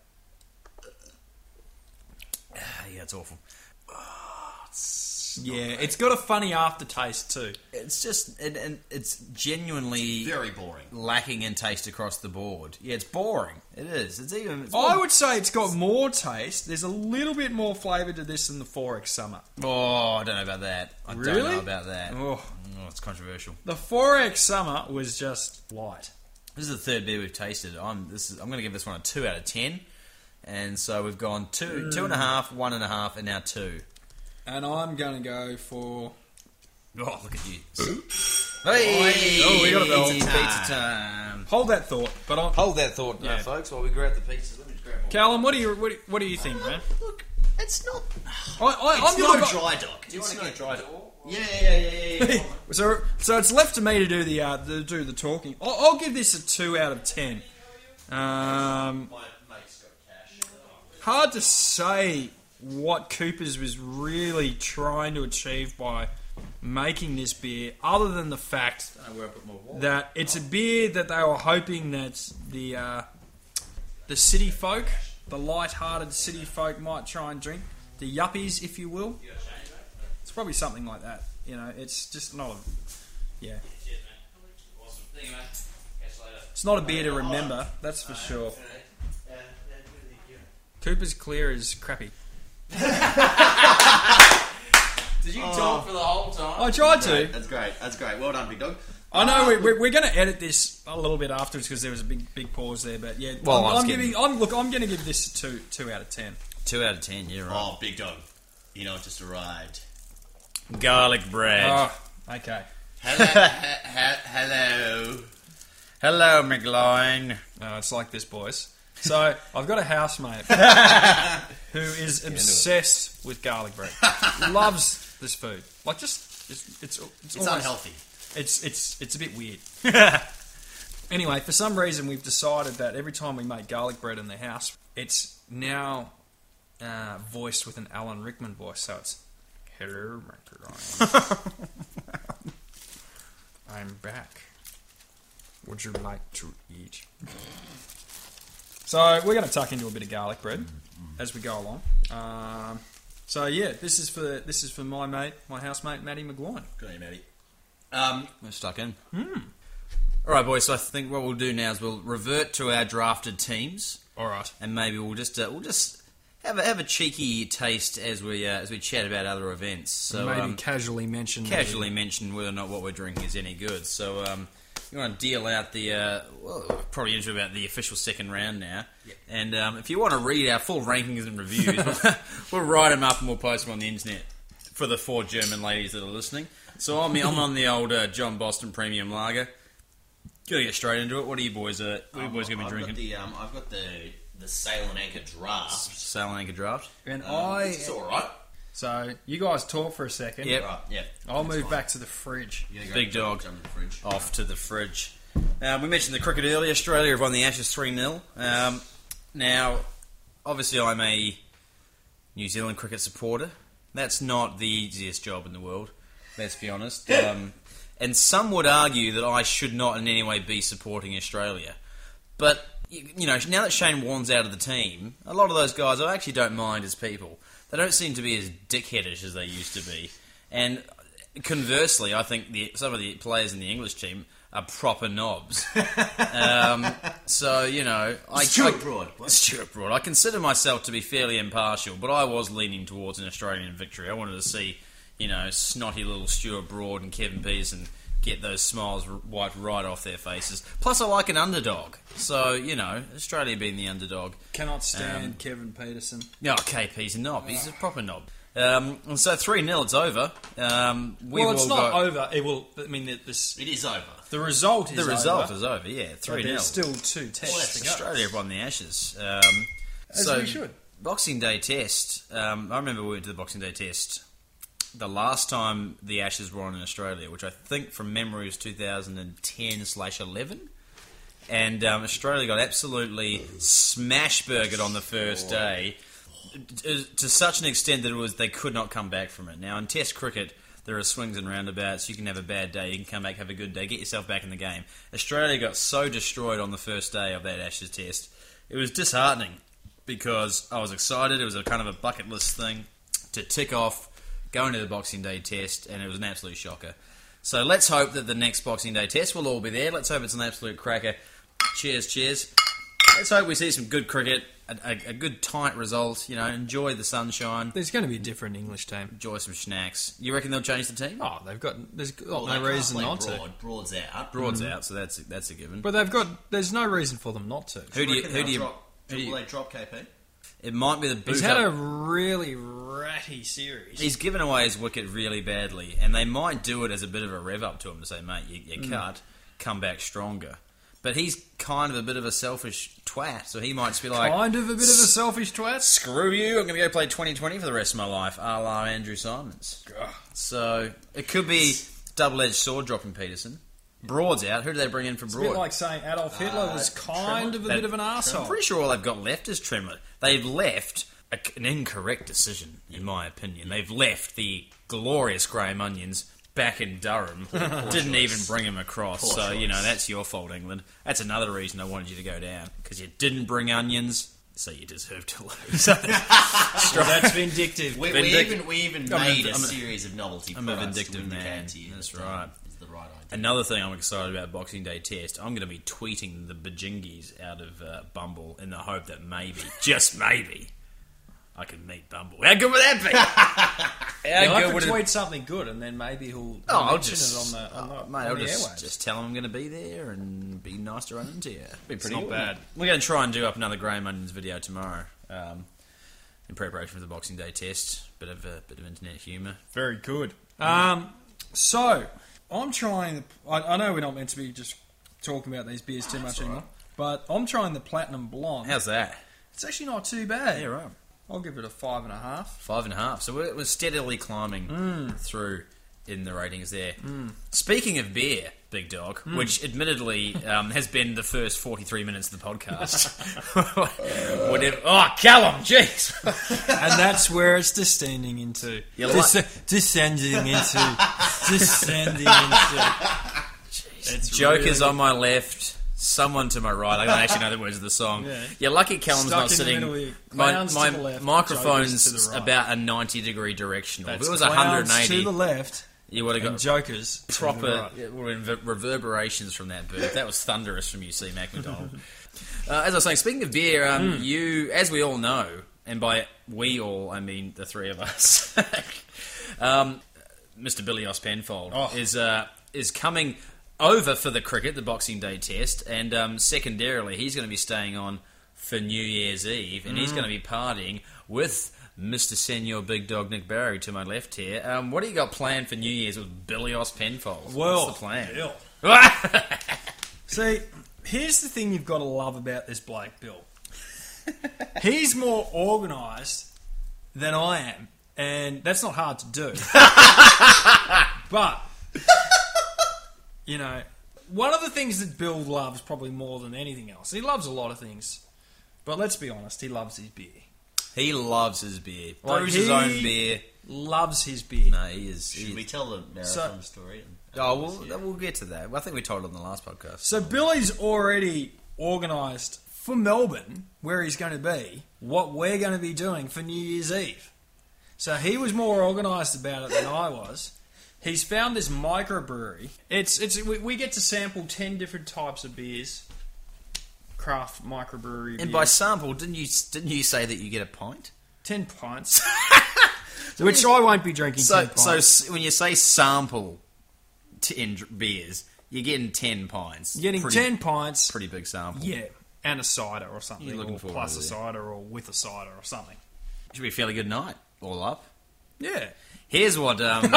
A: [sighs] Ah, Yeah, it's awful.
B: Yeah, it's got a funny aftertaste too.
A: It's just and, and it's genuinely
C: Very boring.
A: lacking in taste across the board. Yeah, it's boring. It is. It's even. It's
B: I would say it's got more taste. There's a little bit more flavour to this than the Forex Summer.
A: Oh, I don't know about that. I don't
B: Really?
A: know about that. Oh.
B: Oh,
A: it's controversial.
B: the Forex Summer was just light.
A: This is the third beer we've tasted. I'm this is I'm going to give this one a two out of ten, and so we've gone two, two and a half, one and a half, and now two.
B: And I'm gonna go for
A: Oh, look at you! hey,
B: Oh, we got a bell.
A: Pizza time.
B: hold that thought. But I'm,
A: Hold that thought, now,
B: Yeah.
A: folks, while we grab the pizzas. Let me just grab more.
B: Callum, what do you what do you, what do you think, man?
C: Look, It's not.
B: I, I,
C: It's
B: I'm
C: not
B: your
C: a
B: guy.
C: dry dock. Do
A: you wanna get
C: dry dock? Yeah, yeah, yeah, yeah.
A: [laughs]
C: yeah.
B: [laughs] So, so it's left to me to do the uh, to do the talking. I'll, I'll give this a two out of ten. Um, hard to say what Coopers was really trying to achieve by making this beer, other than the fact that it's a beer that they were hoping that the uh, the city folk, the light-hearted city folk, might try and drink. The yuppies, if you will. It's probably something like that. You know, it's just not a yeah. It's not a beer to remember, that's for sure. Cooper's clear is crappy.
A: Did you talk for the whole time?
B: I tried to.
C: That's great. That's great. Well done, big dog.
B: I know we, we're, we're going to edit this a little bit afterwards because there was a big big pause there, but yeah.
A: Well, I
B: I'm,
A: was
B: I'm
A: kidding.
B: giving. I'm look. I'm going to give this a two two out of ten.
A: Two out of ten. Yeah, right.
C: Oh, big dog. You know, it just arrived.
A: Garlic bread.
B: Oh, okay.
C: Hello. he- he- hello.
A: Hello, McLean.
B: No, Uh, it's like this, boys. So I've got a [laughs] housemate who is obsessed with garlic [laughs] bread. Loves this food. Like just it's it's it's,
C: It's
B: almost-
C: unhealthy.
B: It's it's it's a bit weird. [laughs] anyway, for some reason we've decided that every time we make garlic bread in the house, it's now uh, voiced with an Alan Rickman voice. So it's hello, Mr. [laughs] Ryan. I'm back. Would you like to eat? So we're going to tuck into a bit of garlic bread as we go along. Um, so yeah, this is for this is for my mate, my housemate, Matty McGuine.
C: Good on you, Matty. Um, hmm.
A: We're stuck in. All right, boys. So I think what we'll do now is we'll revert to our drafted teams,
B: All right.
A: and maybe we'll just uh, we'll just have a, have a cheeky taste as we uh, as we chat about other events. So
B: Maybe
A: um,
B: casually mention
A: casually mention whether or not what we're drinking is any good. So um, you want to deal out the uh, well, we're probably into about the official second round now. And um, if you want to read our full rankings and reviews, [laughs] we'll, we'll write them up and we'll post them on the internet for the four German ladies that are listening. So I'm, I'm on the old uh, John Boston Premium Lager. Gonna get straight into it. What are you boys? Uh, what are you boys gonna be
C: I've
A: drinking?
C: Got the, um, I've got the the sail and anchor draft.
A: Sail and Anchor Draft.
B: And
C: Um,
A: Oh,
B: I
C: It's all right.
B: so you guys talk for a second.
A: Yep.
C: Right. Yeah.
B: I'll
C: That's
B: move
C: fine.
B: back to the fridge.
C: You gotta go
A: Big dog.
C: jump- Jump in the fridge.
A: off to the fridge. Um, we mentioned the cricket earlier. Australia have won the Ashes 3 0. Um, now, obviously, I'm a New Zealand cricket supporter. That's not the easiest job in the world, let's be
C: [laughs]
A: honest. Um, and some would argue that I should not in any way be supporting Australia. But, you, you know, now that Shane Warne's out of the team, a lot of those guys I actually don't mind as people. They don't seem to be as dickheadish as they used to be. And conversely, I think the, some of the players in the English team are proper knobs.
C: [laughs]
A: um, so, you know, I,
C: Stuart
A: I-
C: Broad. What?
A: Stuart Broad. I consider myself to be fairly impartial, but I was leaning towards an Australian victory. I wanted to see, you know, snotty little Stuart Broad and Kevin Peterson get those smiles r- wiped right off their faces. Plus, I like an underdog. So, you know, Australia being the underdog.
B: Cannot stand
A: Um,
B: Kevin Peterson.
A: No, KP's a knob. He's a proper knob. Um, and so 3 0, it's over. Um, we've
B: well, it's
A: all
B: not
A: got,
B: over. It will. I mean, the, this,
C: It is over.
B: the result is
A: The result
B: over,
A: is over, yeah.
B: but
A: 3 0.
B: There's still two tests.
C: left to go.
A: Australia have won the Ashes. Um,
B: As
A: so
B: we should.
A: Boxing Day Test. Um, I remember we went to the Boxing Day Test the last time the Ashes were on in Australia, which I think from memory was 2010 slash 11. And um, Australia got absolutely smash burgered on the first day to to such an extent that it was they could not come back from it. Now in Test cricket, there are swings and roundabouts. You can have a bad day, you can come back, have a good day, get yourself back in the game. Australia got so destroyed on the first day of that Ashes Test, it was disheartening because I was excited. It was a kind of a bucket list thing to tick off going to the Boxing Day Test, and it was an absolute shocker. So let's hope that the next Boxing Day Test will all be there. Let's hope it's an absolute cracker. Cheers, cheers. Let's hope we see some good cricket, a, a, a good tight result. You know, enjoy the sunshine,
B: There's going to be a different English team.
A: enjoy some snacks. You reckon they'll change the team?
B: Oh, they've got. There's got
C: Well, they
B: no
C: can't
B: reason
C: play
B: not to. Mm.
C: Broad. Broad's out.
A: Broad's out, so that's a, that's a given.
B: But they've got. There's no reason for them not to.
A: who do you? Who do you?
C: Drop,
A: who do you-
C: will they drop KP?
A: it might be the boot
B: He's had a
A: up.
B: really ratty series.
A: He's given away his wicket really
B: Mm.
A: badly, and they might do it as a bit of a rev up to him to say, "Mate, you, you cut, come back stronger." But he's kind of a bit of a selfish twat, so he might just be like,
B: kind of a bit of a selfish twat.
A: "Screw you! I'm going to go play 2020 for the rest of my life," a la Andrew Simons. So it could be double-edged sword dropping Peterson. Broad's out. Who do they bring in for
B: It's a bit
A: Broad?
B: like saying Adolf Hitler
C: Ah,
B: was
C: Trimmer.
B: kind of a
A: That-
B: bit of an
A: I'm
B: asshole.
A: pretty sure all they've got left is Tremlett. They've left a, an incorrect decision, in my opinion. They've left the glorious Graham Onions back in
B: [laughs]
A: Durham. Didn't even bring him across.
C: Poor
A: so, you know,
C: choice.
A: that's your fault, England. That's another reason I wanted you to go down, because you didn't bring onions, so you deserve to [laughs]
B: [laughs]
A: lose.
B: Well, that's vindictive.
C: We, we
A: Vindic-
C: even we even
A: I'm a-
C: made a,
A: I'm a-
C: series of novelty.
A: I'm a
C: products to
A: vindictive
C: indicate
A: man.
C: To you
A: That's
C: that, um,
A: right.
C: Is the right idea.
A: Another thing I'm excited about Boxing Day Test, I'm going to be tweeting the bajingis out of uh, Bumble in the hope that maybe, [laughs] just maybe, I can meet Bumble. How good would
B: [laughs]
A: that be? How
B: Yeah, I
A: good
B: could
A: would it
B: tweet something good, and then maybe he'll, he'll
A: Oh, I'll
B: mention
A: just,
B: it on the, on the,
A: oh,
B: on
A: mate, I'll
B: the
A: just,
B: airwaves.
A: just tell them I'm going to be there and be nice to run into you. Be
B: pretty
A: not
B: good,
A: bad. We're going to try and do up another Graham Onions video tomorrow um, in preparation for the Boxing Day test. Bit of a bit of internet humour.
B: Very good. Um, so I'm trying. The, I, I know we're not meant to be just talking about these beers too much anymore, but I'm trying the Platinum Blonde.
A: How's that?
B: It's actually not too bad.
A: Yeah, right.
B: I'll give it a five and a half.
A: Five and a half. So we're, we're steadily climbing
B: Mm.
A: through in the ratings there. Speaking of beer, Big Dog,
B: Mm.
A: which admittedly um, has been the first 43 minutes of the [laughs] podcast. Whatever. Oh, Callum, jeez.
B: [laughs] and that's where it's descending into.
A: You like-
B: descending into. descending into.
A: It's
B: It's
A: Joker's
B: really-
A: on my left, someone to my right. I don't actually know the words of the song. Yeah,
B: Yeah.
A: lucky Callum's
B: Stuck
A: not
B: in the
A: sitting.
B: middle here.
A: my
B: Clowns
A: my
B: to the left, Jokers to
A: microphone's
B: the right.
A: about a ninety degree directional.
B: That's
A: if it was a
B: clowns
A: hundred and
B: to
A: eighty,
B: the left
A: you would have
B: and
A: got
B: jokers to the
A: proper
B: right.
A: it would have been reverberations from that bird. That was thunderous from you, C. Mac McDonald. [laughs] uh, as I was saying, speaking of beer, um,
B: Hmm.
A: you, as we all know, and by we all, I mean the three of us. [laughs] um, Mr. Billy Ospenfold
B: Oh.
A: is uh, is coming over for the cricket, the Boxing Day Test, and um, secondarily, he's going to be staying on for New Year's Eve, and
B: Hmm.
A: he's going to be partying with Mr. Senior Big Dog Nick Barry to my left here. Um, what do you got planned for New Year's with Billy Ospenfold?
B: Well,
A: What's the plan?
B: Bill. See, here's the thing you've got to love about this Blake Bill. [laughs] He's more organised than I am, and that's not hard to do. [laughs] but you know, one of the things that Bill loves probably more than anything else. He loves a lot of things, but let's be honest, he loves his beer.
A: [laughs] He loves his beer.
B: Like,
A: Brews his own
B: he-
A: beer.
B: Loves his beer.
A: No, he is.
C: Should
A: He
C: we
A: is.
C: tell the marathon story?
A: Oh, we'll, we'll get to that. I think we told it on the last podcast.
B: So Billy's already organised for Melbourne, where he's going to be, what we're going to be doing for New Year's Eve. So he was more organised about it than I was. He's found this microbrewery. It's it's we, we get to sample ten different types of beers, craft microbrewery,
A: And by
B: beers,
A: sample, didn't you didn't you say that you get a pint?
B: ten pints, which I won't be drinking.
A: So,
B: ten pints.
A: so s- when you say sample ten dr- beers, you're getting ten pints.
B: You're getting
A: pretty,
B: ten pints,
A: pretty big sample.
B: yeah, and a cider or something,
A: You're looking
B: or
A: forward
B: plus
A: to
B: a
A: that.
B: cider or with a cider or something.
A: should be a fairly good night. All up.
B: Yeah,
A: Here's what um,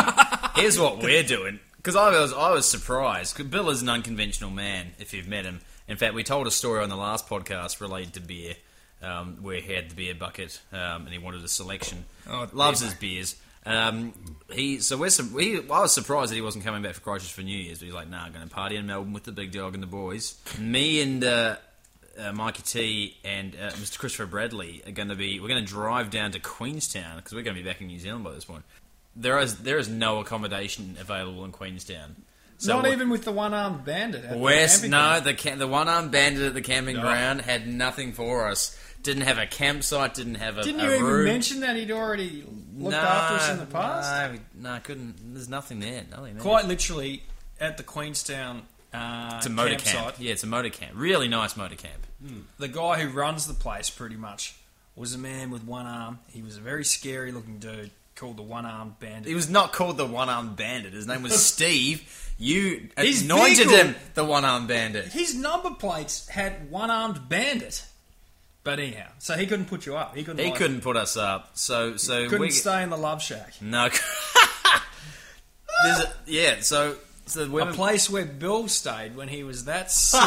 A: here's what we're doing because I was I was surprised. 'Cause Bill is an unconventional man. If you've met him, in fact, we told a story on the last podcast related to beer, um, where he had the beer bucket um, and he wanted a selection.
B: Oh, the
A: Loves his beers. Um, he so we're some, we, I was surprised that he wasn't coming back for Christchurch for New Year's. But he's like, nah, I'm going to party in Melbourne with the big dog and the boys. Me and. Uh, uh, Mikey T and uh, Mr. Christopher Bradley are going to be. We're going to drive down to Queenstown because we're going to be back in New Zealand by this point. There is there is no accommodation available in Queenstown. So
B: Not
A: we're-
B: even with the one-armed bandit. at the
A: West,
B: camping
A: no,
B: ground.
A: the ca- the one armed bandit at the camping ground had nothing for us. Didn't have a campsite. Didn't have a.
B: Didn't
A: a
B: you even
A: room.
B: mention that he'd already looked
A: no,
B: after us in the past?
A: No, we- no, I couldn't. There's nothing there. Nothing there.
B: Quite literally at the Queenstown uh,
A: It's a motor camp.
B: campsite.
A: Yeah, it's a motor camp. Really nice motor camp.
B: The guy who runs the place pretty much was a man with one arm. He was a very scary-looking dude called the One-Armed Bandit.
A: He was not called the One Armed Bandit. His name
B: [laughs]
A: was Steve. You
B: His
A: anointed
B: vehicle-
A: him the One Armed Bandit.
B: His number plates had One-Armed Bandit. But anyhow, so he couldn't put you up. He couldn't.
A: He
B: like-
A: couldn't put us up. So so
B: couldn't
A: we [laughs]
B: stay in the love shack.
A: no. There's a, yeah. So It's the
B: A
A: women.
B: place where Bill stayed when he
A: [laughs]
B: was that sick.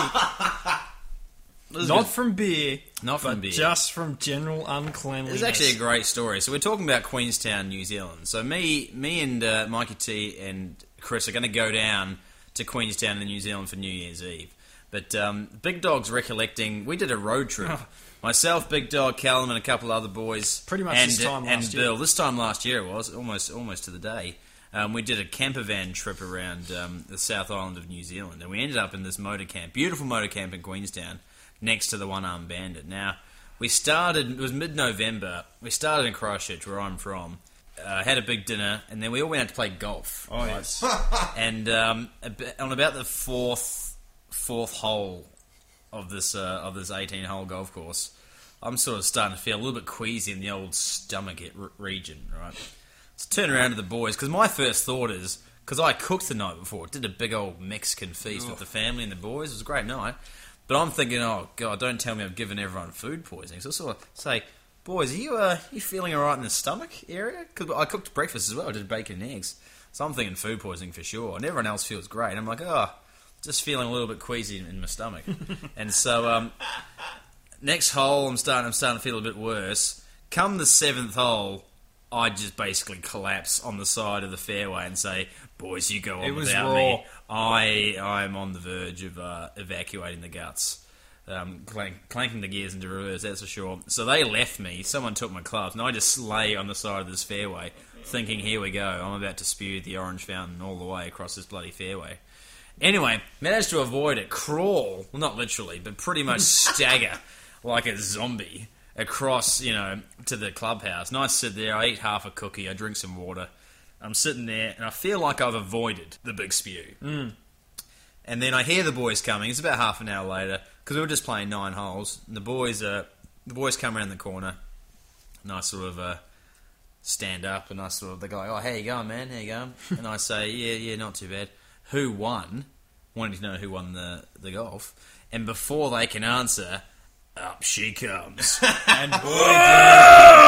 A: This is
B: Not
A: good.
B: from beer,
A: Not from
B: but
A: beer.
B: just from general uncleanliness.
A: It's actually a great story. So we're talking about Queenstown, New Zealand. So me, me and uh, Mikey T and Chris are going to go down to Queenstown in New Zealand for New Year's Eve. But um, Big Dog's recollecting. We did a road trip. Myself, Big Dog, Callum, and a couple other boys.
B: Oh. Pretty much
A: and,
B: this time
A: and
B: last year.
A: Bill. This time last year it was almost almost to the day. Um, we did a camper van trip around um, the South Island of New Zealand, and we ended up in this motor camp, beautiful motor camp in Queenstown, next to the One Armed Bandit. Now we started; it was mid-November. We started in Christchurch, where I'm from. Uh, had a big dinner, and then we all went out to play golf.
B: Oh, yes.
A: [laughs] And um, ab- on about the fourth fourth hole of this uh, of this eighteen hole golf course, I'm sort of starting to feel a little bit queasy in the old stomach it- re- region. Right, so turn around to the boys because my first thought is because I cooked the night before, did a big old Mexican feast with the family and the boys. It was a great night, but I'm thinking, oh god, don't tell me I've given everyone food poisoning. So I sort of say. Boys, are you uh, you feeling all right in the stomach area? Because I cooked breakfast as well. I did bacon and eggs. So I'm thinking food poisoning for sure, and everyone else feels great. I'm like, oh, just feeling a little bit queasy in my stomach. and so, um, next hole, I'm starting, I'm starting to feel a bit worse. Come the seventh hole, I just basically collapse on the side of the fairway and say, boys, you go on
B: It was
A: without
B: raw.
A: me. I, I'm on the verge of uh, evacuating the guts. Um, clank, clanking the gears into reverse, that's for sure. So they left me. Someone took my clubs, and I just lay on the side of this fairway, thinking, "Here we go. I'm about to spew the orange fountain all the way across this bloody fairway." Anyway, managed to avoid it, crawl, well, not literally, but pretty much stagger like a zombie across, you know, to the clubhouse. And I sit there, I eat half a cookie, I drink some water. I'm sitting there, and I feel like I've avoided the big spew. And then I hear the boys coming. It's about half an hour later because we were just playing nine holes. And the boys are the boys come around the corner, and I sort of uh, stand up and I sort of they go, "Oh, how you going, man? How you
B: [laughs]
A: going?" and I say, "Yeah, yeah, not too bad." Who won? Wanted to know who won the the golf. And before they can answer, up she comes.
B: [laughs] And
A: [laughs]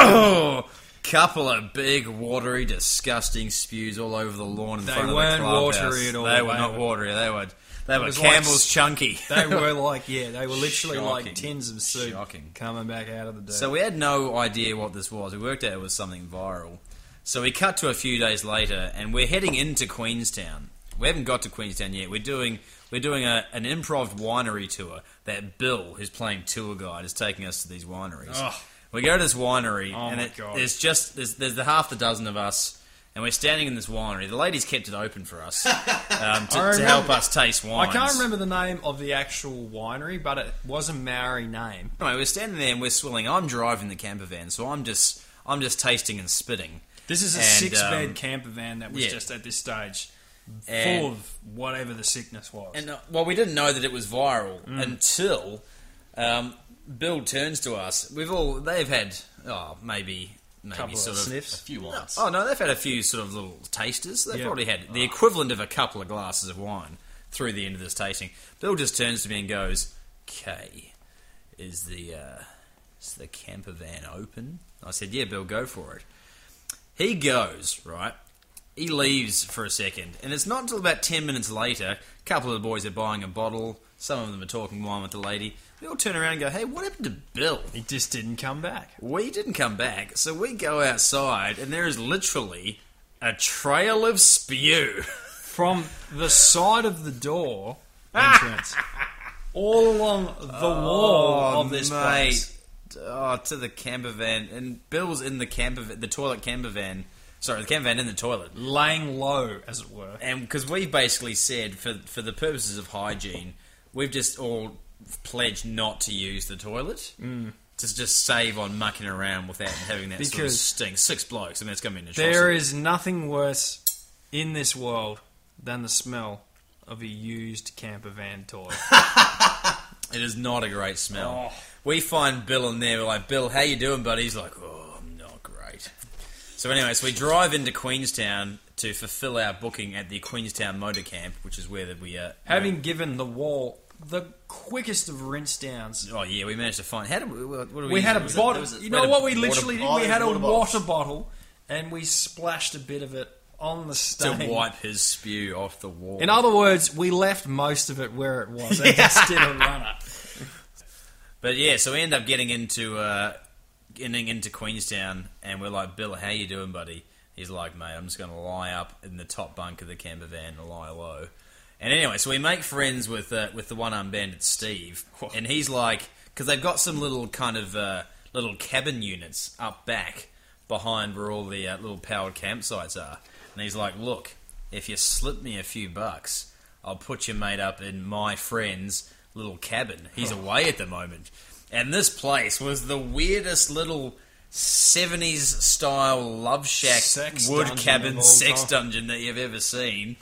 A: Oh, couple of big watery, disgusting spews all over the lawn. In
B: They
A: front
B: weren't
A: of the clubhouse.
B: watery at all,
A: They were
B: they
A: not
B: were-
A: watery. They were they were
B: was like
A: Campbell's
B: s-
A: chunky.
B: [laughs] they were like, yeah, they were literally
A: Shocking.
B: like tins of soup
A: Shocking.
B: coming back out of the
A: [laughs]
B: dirt.
A: So we had no idea what this was. We worked out it was something viral. So we cut to a few days later, and we're heading into Queenstown. We haven't got to Queenstown yet. We're doing we're doing a, an improv winery tour that Bill, who's playing tour guide, is taking us to these wineries.
B: Ugh.
A: We go to this winery,
B: Oh
A: and
B: my
A: it,
B: God.
A: there's just there's, there's the half the dozen of us, and we're standing in this winery. The ladies kept it open for us
B: [laughs]
A: um, to, to
B: remember.
A: help us taste
B: I
A: wines.
B: can't remember the name of the actual winery, but it was a Maori name.
A: Anyway, we're standing there and we're swilling. I'm driving the camper van, so I'm just I'm just tasting and spitting.
B: This is a
A: And,
B: six bed
A: um,
B: camper van that was
A: yeah.
B: just at this stage full
A: And-
B: of whatever the sickness was.
A: And uh, well, we didn't know that it was viral until um, Bill turns to us. We've all they've had oh maybe maybe
B: Couple of
A: sort
C: A
B: sniffs.
C: few lines.
A: Oh no, they've had a few sort of little tasters. They've
B: Yeah.
A: probably had the equivalent of a couple of glasses of wine through the end of this tasting. Bill just turns to me and goes, "K, is the uh, is the camper van open?" I said, "Yeah, Bill, go for it." He goes right. He leaves for a second, and it's not until about ten minutes later. A couple of the boys are buying a bottle. Some of them are talking wine with the lady. We all turn around and go, "Hey, what happened to Bill?"
B: it just didn't come back.
A: We didn't come back, so we go outside, and there is literally a trail of spew.
B: From the side of
A: [laughs]
B: the door entrance, all along the
A: [laughs]
B: wall of this place.
A: Oh, to the camper van, and Bill's in the camper, va- the toilet camper van. Sorry, the camper van in the toilet.
B: laying low, as it were.
A: and because we basically said for for the purposes of hygiene, we've just all pledged not to use the toilet mm. to just save on mucking around without having that sort of
B: Because-
A: stink. Six blokes, I mean, it's going to be an
B: There
A: atrocity.
B: is nothing worse in this world than the smell of a used camper van toilet.
A: It is not a great
B: Oh,
A: smell. We find Bill in there. We're like, Bill, how you doing, buddy? He's like, oh, I'm not great. So, anyways, we drive into Queenstown to fulfill our booking at the Queenstown Motor Camp, which is where that we uh,
B: Having given the wall the quickest of rinse downs.
A: Oh yeah, we managed to find. How did we? What, what did
B: We had a
A: use?
C: was a-
B: bottle.
C: there was a-
B: You
A: we
B: know
A: had a
B: what we
A: water
B: literally did?
C: bottle-
B: We had a
C: water bottles.
B: water bottle and we splashed a bit of it on the
A: to
B: stain.
A: wipe his spew off the wall.
B: In other words, we left most of it where it was and just did a runner.
A: But yeah, so we end up getting into uh, getting into Queenstown, and we're like, Bill, how you doing, buddy? He's like, mate, I'm just going to lie up in the top bunk of the camper van and lie low. And anyway, so we make friends with uh, with the one armed bandit Steve, and he's like, because they've got some little kind of uh, little cabin units up back behind where all the uh, little powered campsites are, and he's like, look, if you slip me a few bucks, I'll put your mate up in my friend's little cabin. He's
B: Oh.
A: away at the moment. And this place was the weirdest little 70s style love shack
B: Sex
A: wood
B: dungeon of
A: cabin
B: all
A: sex
B: time.
A: dungeon that you've ever seen.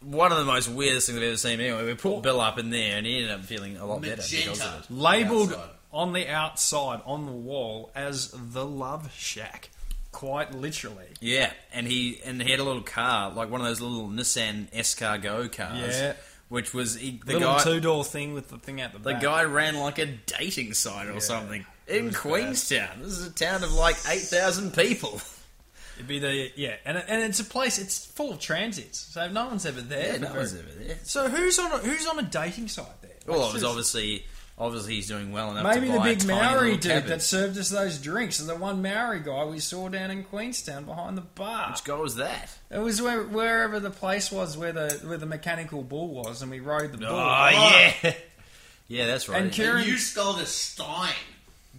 A: One of the most weirdest things I've ever seen. Anyway, we put Bill up in there and he ended up feeling a lot better because of it.
C: Magenta.
B: Labeled
C: Outside.
B: on the outside, on the wall, as the Love Shack. Quite literally.
A: Yeah, and he and he had a little car, like one of those little Nissan Escargot cars.
B: Yeah.
A: Which was he, the
B: little
A: guy
B: two door thing with the thing at the
A: The
B: back.
A: guy ran like a dating site or something in Queenstown. This is a town of like eight thousand
B: [laughs]
A: people.
B: It'd be the yeah, and and it's a place. It's full of transits, so no one's ever there.
A: Yeah,
B: for
A: no
B: very-
A: one's ever there.
B: So who's on a, who's on a dating site there? Like,
A: Well, it was
B: seriously.
A: obviously, obviously he's doing well enough.
B: Maybe
A: to
B: the
A: buy
B: big
A: a tiny
B: Maori
A: little
B: dude
A: cabin.
B: that served us those drinks, and the one Maori guy we saw down in Queenstown behind the bar.
A: Which guy was that?
B: It was where, wherever the place was where the where the mechanical bull was, and we rode the bull.
A: Oh, Ah, yeah, [laughs] yeah, that's right.
B: Oh, And Kieran,
C: You stole the Stein.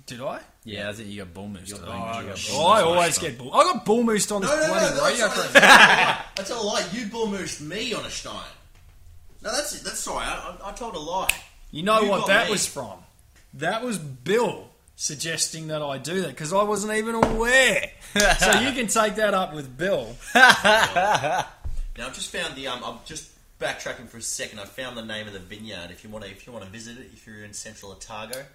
B: did I?
A: yeah, I think you got bull moose. I think. You got
B: Oh,
A: bull
B: I
A: moose
B: always
A: last time.
B: get bull. I got bull moosed on this
C: No, no, no,
B: bloody
C: no,
B: radio.
C: [laughs] that's,
B: program.
C: that's a lie. You bull moosed me on a Stein. No, that's it. That's sorry. I, I, I told a lie.
B: You know
C: You
B: what
C: got
B: that
C: me.
B: was from? That was Bill suggesting that I do that because I wasn't even
C: [laughs]
B: aware. so you can take that up with Bill.
C: Now I've just found the um. I'm just backtracking for a second. I found the name of the vineyard. If you want to, if you want to visit it, if you're in Central Otago,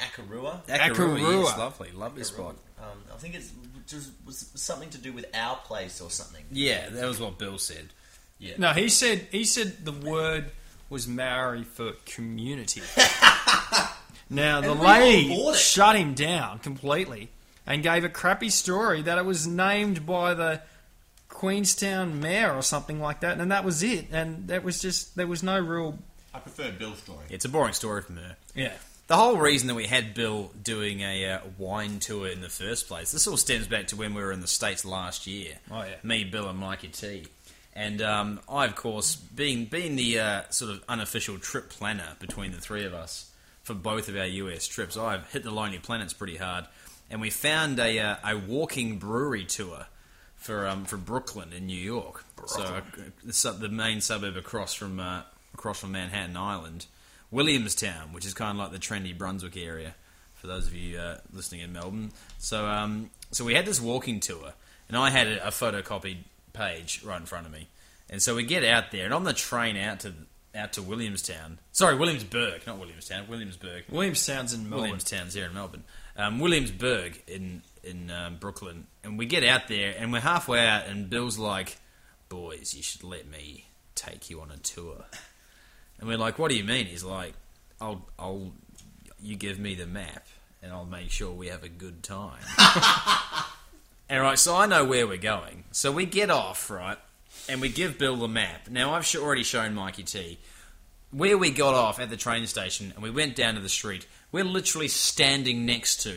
C: Akarua.
A: Akarua,
B: Akarua.
A: yes, lovely, lovely spot.
C: Um, I think it's just was something to do with our place or something.
A: Yeah, that was what Bill said.
C: Yeah.
B: No, he said he said the word was Maori for
C: [laughs]
B: community. now the
C: And we all
B: lady
C: bought it.
B: shut him down completely and gave a crappy story that it was named by the Queenstown mayor or something like that, and that was it. And that was just there was no real
C: I prefer Bill's story.
A: It's a boring story from her.
B: yeah.
A: The whole reason that we had Bill doing a uh, wine tour in the first place, this all stems back to when we were in the States last year.
B: Oh, yeah.
A: Me, Bill, and Mikey T. And um, I, of course, being, being the uh, sort of unofficial trip planner between the three of us for both of our US trips, I've hit the Lonely Planets pretty hard. And we found a, uh, a walking brewery tour for, um, for Brooklyn in New York. So uh, the, sub- the main suburb across from, uh, across from Manhattan Island. Williamstown, which is kind of like the trendy Brunswick area, for those of you uh, listening in Melbourne. So, um, so we had this walking tour, and I had a, a photocopied page right in front of me, and so we get out there, and on the train out to out to Williamstown, sorry, Williamsburg, not Williamstown, Williamsburg.
B: Williams sounds in Melbourne.
A: Williamstown's here in Melbourne. Um, Williamsburg in in um, Brooklyn, and we get out there, and we're halfway out, and Bill's like, "Boys, you should let me take you on a tour." And we're like, "What do you mean?" He's like, "I'll I'll you give me the map, and I'll make sure we have a good time." And right, so I know where we're going. So we get off, right, and we give Bill the map. Now, I've sh- already shown Mikey T where we got off at the train station and we went down to the street. We're literally standing next to,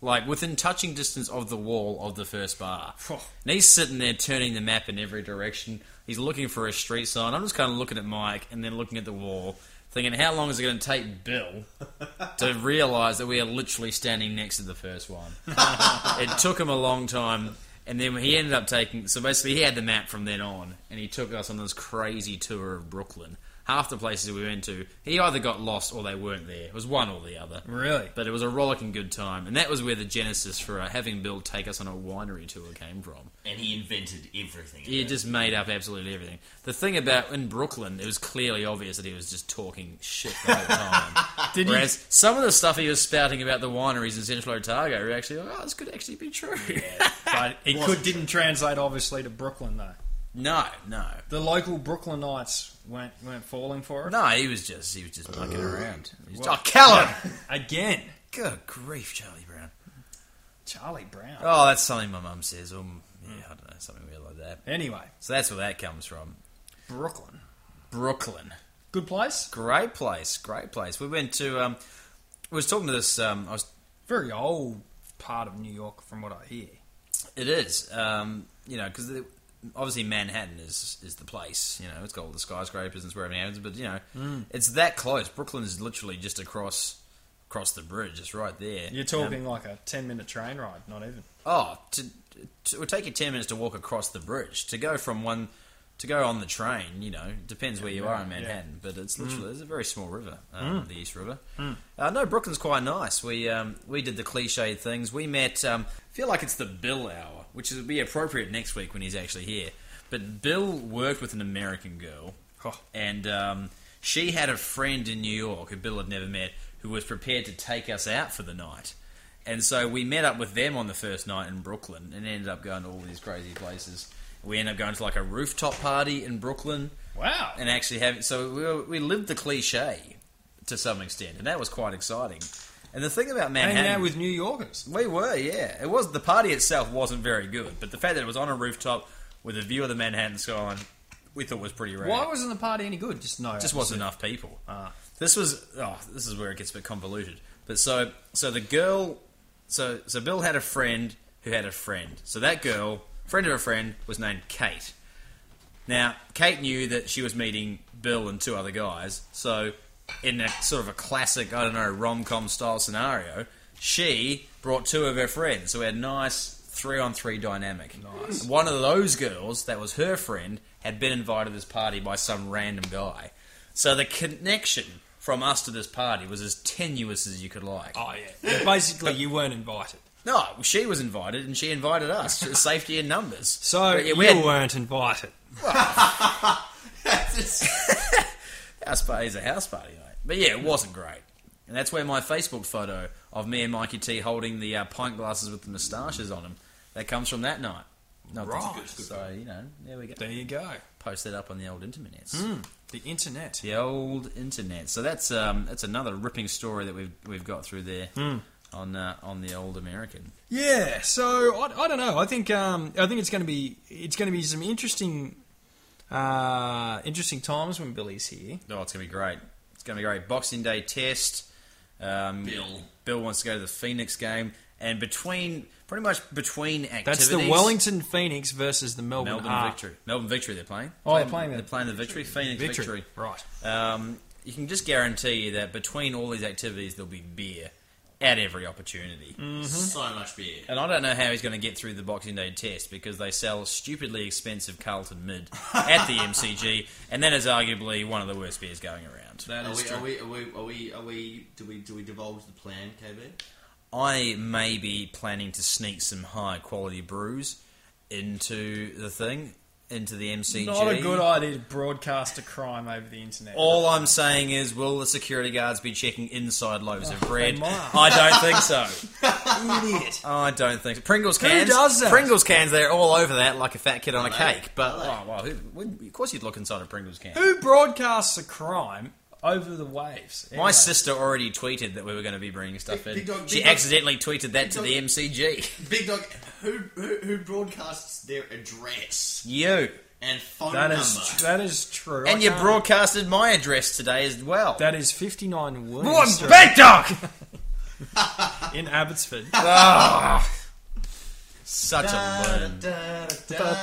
A: like within touching distance of the wall of the first bar. And he's sitting there turning the map in every direction. He's looking for a street sign. I'm just kind of looking at Mike and then looking at the wall, thinking, how long is it going to take Bill to realise that we are literally standing next to the first one? it took him a long time, and then he ended up taking. So basically, he had the map from then on, and he took us on this crazy tour of Brooklyn. Half the places we went to, he either got lost or they weren't there. It was one or the other.
B: Really?
A: But it was a rollicking good time, and that was where the genesis for uh, having Bill take us on a winery tour came from.
C: And he invented everything.
A: He just made up absolutely everything. The thing about in Brooklyn, it was clearly obvious that he was just talking shit the whole time.
B: Did he?
A: Whereas some of the stuff he was spouting about the wineries in Central Otago, were actually, like, oh, this could actually be true. [laughs]
B: But it
C: Wasn't
B: could, didn't translate obviously to Brooklyn though.
A: no, no,
B: The local Brooklynites weren't weren't falling for it
A: No, he was just he was just mucking around. He was-
B: Well-
A: oh, Callum!
B: again.
A: Good grief, Charlie Brown.
B: Charlie Brown.
A: Oh, that's something my mum says. Um, yeah. I don't know, something weird like that.
B: Anyway,
A: So that's where that comes from.
B: Brooklyn.
A: Brooklyn.
B: Good place.
A: Great place, great place. We went to. Um, I was talking to this. Um, I was.
B: Very old part of New York, from what I hear.
A: It is. Um, you know, because obviously Manhattan is is the place. You know, it's got all the skyscrapers and it's where everything happens. But you know, it's that close. Brooklyn is literally just across across the bridge. It's right there.
B: You're
A: Um,
B: talking like a 10 minute train ride, not even.
A: Oh, to, to, it would take you ten minutes to walk across the bridge to go from one to go on the train. You know, it depends where you are in
B: yeah. Mm.
A: Manhattan, but it's literally it's a very small river, um, the East River. Uh, no, Brooklyn's quite nice. We um, we did the cliched things. We met. Um, I feel like it's the Bill hour, which would be appropriate next week when he's actually here. But Bill worked with an American girl, and um, she had a friend in New York who Bill had never met, who was prepared to take us out for the night. And so we met up with them on the first night in Brooklyn and ended up going to all these crazy places. We ended up going to like a rooftop party in Brooklyn
B: Wow.
A: and actually having. So we, were, we lived the cliche to some extent, and that was quite exciting. And the thing about Manhattan.
B: Hanging out with New Yorkers.
A: We were, yeah. It was the party itself wasn't very good, but the fact that it was on a rooftop with a view of the Manhattan skyline, we thought was pretty rad
B: Why wasn't the party any good? Just no.
A: just wasn't enough people. Uh, This was oh, this is where it gets a bit convoluted. But so so the girl, so so Bill had a friend who had a friend. So that girl, friend of a friend, was named Kate. Now Kate knew that she was meeting Bill and two other guys. So in a sort of a classic, I don't know, rom com style scenario, she brought two of her friends. So we had a nice. Three on three dynamic. Nice. One of those girls that was her friend had been invited to this party by some random guy. So the connection from us to this party was as tenuous as you could like.
B: Oh,
A: [laughs]
B: yeah. Yeah, Basically, you weren't invited.
A: No, she was invited, and she invited us. It was safety in numbers.
B: So
A: But yeah,
B: you
A: we had-
B: weren't invited.
A: house party's a house party, mate. But yeah, it wasn't great. And that's where my Facebook photo of me and Mikey T holding the uh, pint glasses with the moustaches on them that comes from that night. No, that's
B: Right.
A: good. So you know, there we go.
B: There you go.
A: Post that up on the old internets.
B: The internet.
A: The old internet. So that's um, that's another ripping story that we've we've got through there
B: Hmm.
A: on uh, on the old American.
B: Yeah, so I, I don't know. I think um, I think it's going to be it's going to be some interesting uh, interesting times when Billy's here.
A: Oh, it's gonna be great. It's gonna be great. Boxing Day test. Um,
C: Bill.
A: Bill wants to go to the Phoenix game, and between pretty much between activities.
B: That's the Wellington Phoenix versus the Melbourne, Ah,
A: Melbourne
B: Heart.
A: victory. Melbourne victory. They're playing.
B: Oh, they're playing the-
A: They're playing the victory. Phoenix victory.
B: Victory. Right.
A: Um, you can just guarantee you that between all these activities, there'll be beer at every opportunity.
B: Mm.
C: So much beer.
A: And I don't know how he's going to get through the Boxing Day test because they sell stupidly expensive Carlton Mid
B: [laughs]
A: at the MCG, and that is arguably one of the worst beers going around.
C: Are we, are we? Are we? Are we? Are we? Do we? Do we divulge the plan, KB?
A: I may be planning to sneak some high quality brews into the thing, into the MCG.
B: Not a good idea to broadcast a crime over the internet.
A: All I'm saying is, will the security guards be checking inside loaves of bread?
B: Oh, might.
A: I don't think so.
B: [laughs] idiot.
A: I don't think so. Pringles cans.
B: does that?
A: Pringles cans. They're all over that, like a fat kid on a
C: Hello.
A: cake. But
C: Hello.
A: oh, well, who, would- of course you'd look inside a Pringles can.
B: Who broadcasts a crime over the waves?
A: My
B: Anyway.
A: sister already tweeted that we were going to be bringing stuff in.
C: Big dog, big
A: she
C: dog.
A: accidentally tweeted that to
C: dog.
A: the MCG.
C: Big dog. Who, who? Who broadcasts their address
A: You
C: and phone
B: That
C: number?
B: is that is true. I
A: and you
B: can't-
A: broadcasted my address today as well.
B: that is fifty nine William
A: Boy,
B: Street
A: big
B: [laughs]
A: dog.
B: in Abbotsford.
A: Such a loon.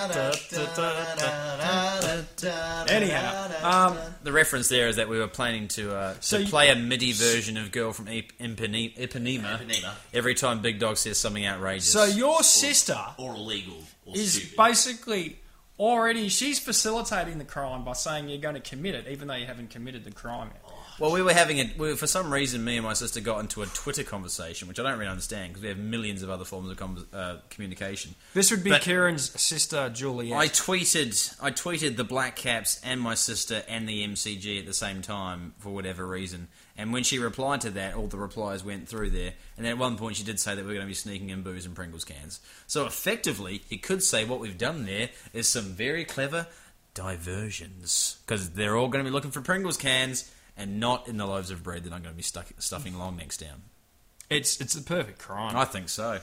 B: Anyhow, um,
A: The reference there is that we were planning to, uh,
B: So
A: to
B: you-
A: play a MIDI version of Girl from Ip- Ipanema, Ipanema,
C: Ipanema.
A: every time Big Dog says something outrageous.
B: so your sister
C: or illegal or
B: is
C: stupid.
B: basically already she's facilitating the crime by saying you're going to commit it, even though you haven't committed the crime yet.
A: well, we were having a. We, for some reason, me and my sister got into a Twitter conversation, which I don't really understand because we have millions of other forms of com- uh, communication.
B: This would be
A: But-
B: Kieran's sister Juliet.
A: I tweeted, I tweeted the Black Caps and my sister and the MCG at the same time for whatever reason. And when she replied to that, all the replies went through there. And then at one point, she did say that we are going to be sneaking in booze and Pringles cans. So effectively, you could say what we've done there is some very clever diversions because they're all going to be looking for Pringles cans and not in the loaves of bread that I'm going to be stuck, stuffing long necks down.
B: It's it's the perfect crime.
A: I think so.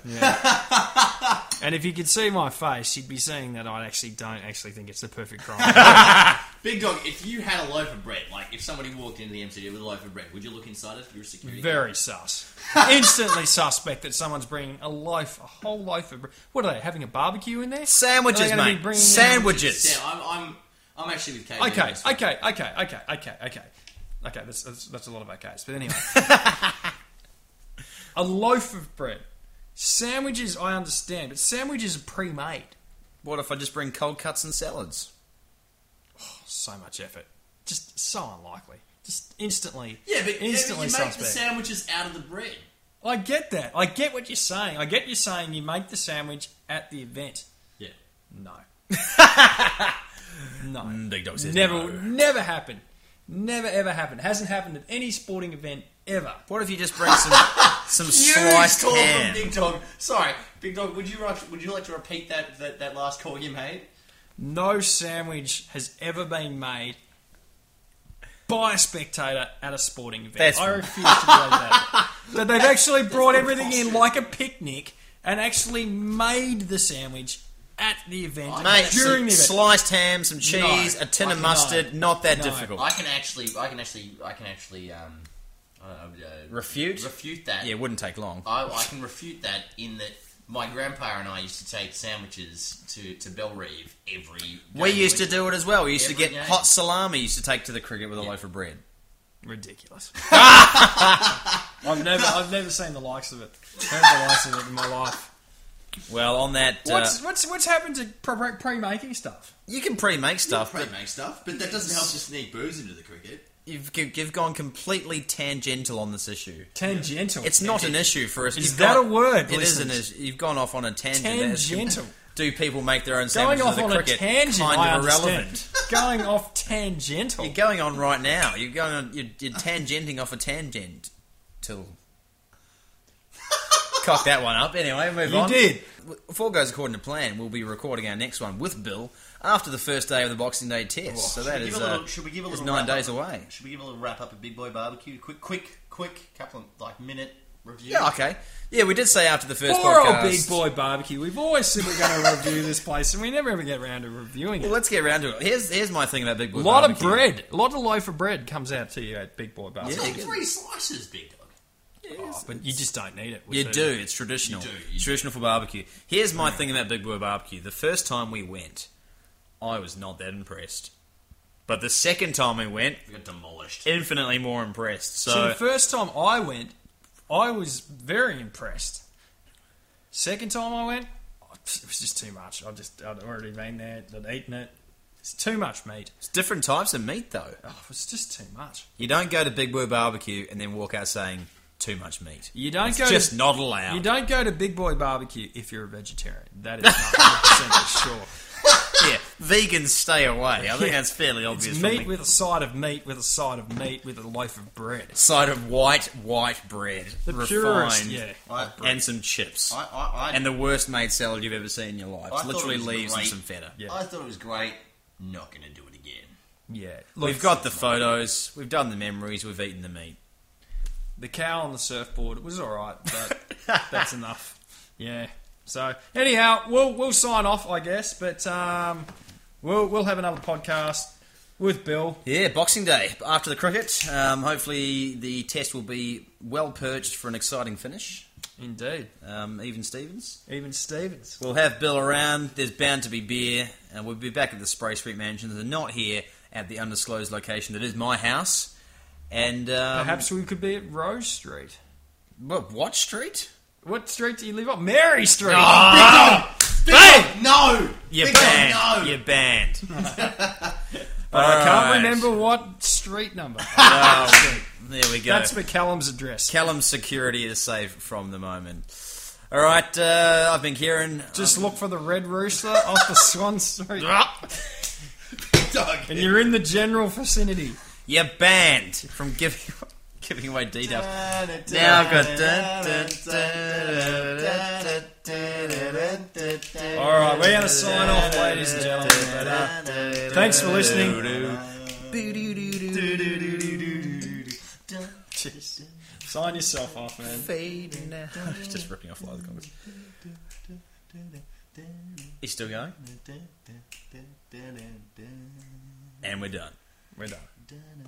B: And if you could see my face, you'd be seeing that I actually don't actually think it's the perfect
A: [laughs]
B: crime.
C: Big dog, if you had a loaf of bread, like if somebody walked into the MCU with a loaf of bread, would you look inside it if you were security? guard?
A: [laughs]
B: Very sus. Instantly suspect that someone's bringing a loaf, a whole loaf of. bre- What are they having a barbecue in there? Are
A: Sandwiches,
B: they gonna be
A: mate.
B: bringing-
A: Sandwiches.
C: Yeah, I'm, I'm, I'm actually with Kate. on
B: Okay,
C: this one.
B: okay, okay, okay, okay, okay. Okay, that's, that's, that's a lot of okays. But
C: [laughs]
B: anyway. a loaf of bread. Sandwiches, I understand, but sandwiches are pre made.
A: What if I just bring cold cuts and salads?
B: Oh, So much effort. Just so unlikely. Just instantly.
C: Yeah, but
B: instantly
C: you make
B: suspect.
C: the sandwiches out of the bread.
B: I get that. I get what you're saying. I get you saying you make the sandwich at the event.
C: Yeah.
B: No. no.
A: Big dog says
B: Never,
A: no.
B: never happened. Never ever happened. Hasn't happened at any sporting event ever.
A: What if you just bring
B: [laughs]
A: some some
C: Huge
A: sliced
C: call
A: ham?
C: from Big Dog. Sorry, Big Dog. Would you like- would you like to repeat that that, that last call you made?
B: No sandwich has ever been made by a spectator at a sporting event.
A: That's-
B: I refuse to believe [laughs] that. That they've actually brought everything in
C: preposterous.
B: like a picnic and actually made the sandwich at the event
A: Mate,
B: during
A: some
B: the event.
A: sliced ham, some cheese, a tin of
B: No.
A: mustard. Not that
B: No.
A: difficult.
C: I can actually, I can actually, I can actually, um, I don't know, uh,
A: Refute?
C: refute that.
A: yeah, it wouldn't take long.
C: I, I can refute that in that my grandpa and I used to take sandwiches to to Belrive every.
A: We used to do it as well. We used to
C: Every
A: get
C: game.
A: hot salami. Used to take to the cricket with a loaf of bread.
B: Ridiculous. [laughs] I've never, I've never seen the likes of it. Heard the likes of it in my life.
A: Well, on that, uh,
B: What's, what's, what's happened to pre- pre making stuff?
A: you can pre-make stuff, but
C: make stuff, but that doesn't help to sneak booze into the cricket.
A: you've, you've gone completely tangential on this issue.
B: Tangential.
A: It's not an issue for us.
B: Is
A: You've
B: that
A: gone-
B: a word,
A: It is an
B: listeners?
A: issue. You've gone off on a tangent. That is-
B: Tangential.
A: Do people make their own
B: going
A: sandwiches
B: off
A: with
B: on
A: a
B: a
A: cricket?
B: tangent.
A: kind
B: I
A: of
B: understand.
A: irrelevant.
B: [laughs] going off tangential.
A: You're going on right now. You're going. On, you're, you're tangenting off a tangent.
B: [laughs]
A: Till cock that one up. Anyway, move
B: You
A: on.
B: did.
A: If all goes according to plan, we'll be recording our next one with Bill after the first day of the Boxing Day test.
B: Oh,
A: so that
C: Oh,
A: is
C: Should we give a little-
A: uh,
C: should we give a
A: is
C: little
A: nine
C: wrap
A: days
C: up?
A: away.
C: Should we give a little wrap up at Big Boy Barbecue? Quick, quick, quick, couple of like minute review.
A: Yeah. Okay. Yeah, we did say after the first
B: Poor old
A: podcast.
B: Big Boy Barbecue. We've always said we're going to review this place, and we never ever get around to reviewing
A: Well,
B: it.
A: let's get around to it. Here's here's my thing about Big Boy.
B: A lot of
A: Barbecue.
B: bread, a lot of loaf of bread comes out to you at Big Boy Barbecue.
A: Yeah,
C: Like
A: good.
C: three slices, Big Dog.
B: Oh, but you just don't need it. with
A: You
B: food.
A: do. It's traditional.
C: You do, you
A: It's traditional for barbecue. Here's my thing about Big Boy Barbecue. The first time we went, I was not that impressed. But the second time we went,
C: We got demolished.
A: infinitely more impressed. So,
B: So, the first time I went, I was very impressed. Second time I went, oh, it was just too much. I just I'd already been there, I'd eaten it. It's too much meat.
A: it's different types of meat, though.
B: Oh, it was just too much.
A: You don't go to Big Boy Barbecue and then walk out saying too much meat.
B: You don't
A: It's
B: go
A: just
B: to,
A: not allowed.
B: you don't go to Big Boy Barbecue if you're a vegetarian. That is 100% for sure.
A: yeah, vegans stay away. I think
B: Yeah.
A: that's fairly [laughs] obvious.
B: It's
A: from
B: meat
A: the
B: with a side of meat with a side of meat with a loaf of bread.
A: side of white white bread,
B: The
A: refined,
B: purest, yeah.
C: I,
A: and some chips.
C: I, I, I,
A: and the worst made salad you've ever seen in your life.
C: I
A: It's
C: thought it
A: literally
C: was
A: leaves and
C: great.
A: some feta.
B: Yeah.
C: I thought it was great. Not going to do it again.
A: [laughs]
B: Yeah.
A: We've got the photos, we've done the memories, we've eaten the meat.
B: the cow on the surfboard was all right, but
A: [laughs]
B: that's enough. Yeah. So anyhow, we'll we'll sign off, I guess. But um, we'll we'll have another podcast with Bill.
A: Yeah, Boxing Day after the cricket. Um, hopefully, the test will be well perched for an exciting finish.
B: Indeed.
A: Um, even Stevens.
B: Even Stevens.
A: We'll have Bill around. There's bound to be beer, and we'll be back at the Spray Street Mansions. and not here at the undisclosed location that is my house. And um,
B: Perhaps we could be at Rose Street.
A: what, what street?
B: What street do you live on? Mary Street.
A: Ah,
C: Big Dog, no!
A: You're
C: Big Dog,
A: banned.
C: no!
A: You're
C: [laughs]
A: banned.
B: but I can't
A: Alright.
B: remember what
A: [laughs]
B: street number.
A: There we go.
B: That's McCallum's address.
A: Callum's security is safe from the moment. All right, uh, I've been Kieran.
B: Just look for the Red [laughs] Rooster off the Swan Street,
C: Big Dog.
B: and you're in the general vicinity.
A: You're banned from giving [laughs] giving away details. Now I've got.
B: All right, we're going to sign off, ladies and gentlemen. But, uh, thanks for listening.
A: listening.
B: Jeez. Just sign yourself off, man.
A: [laughs] Fading out. Just ripping off a lot of the comments. He's still going, and we're done.
B: We're done.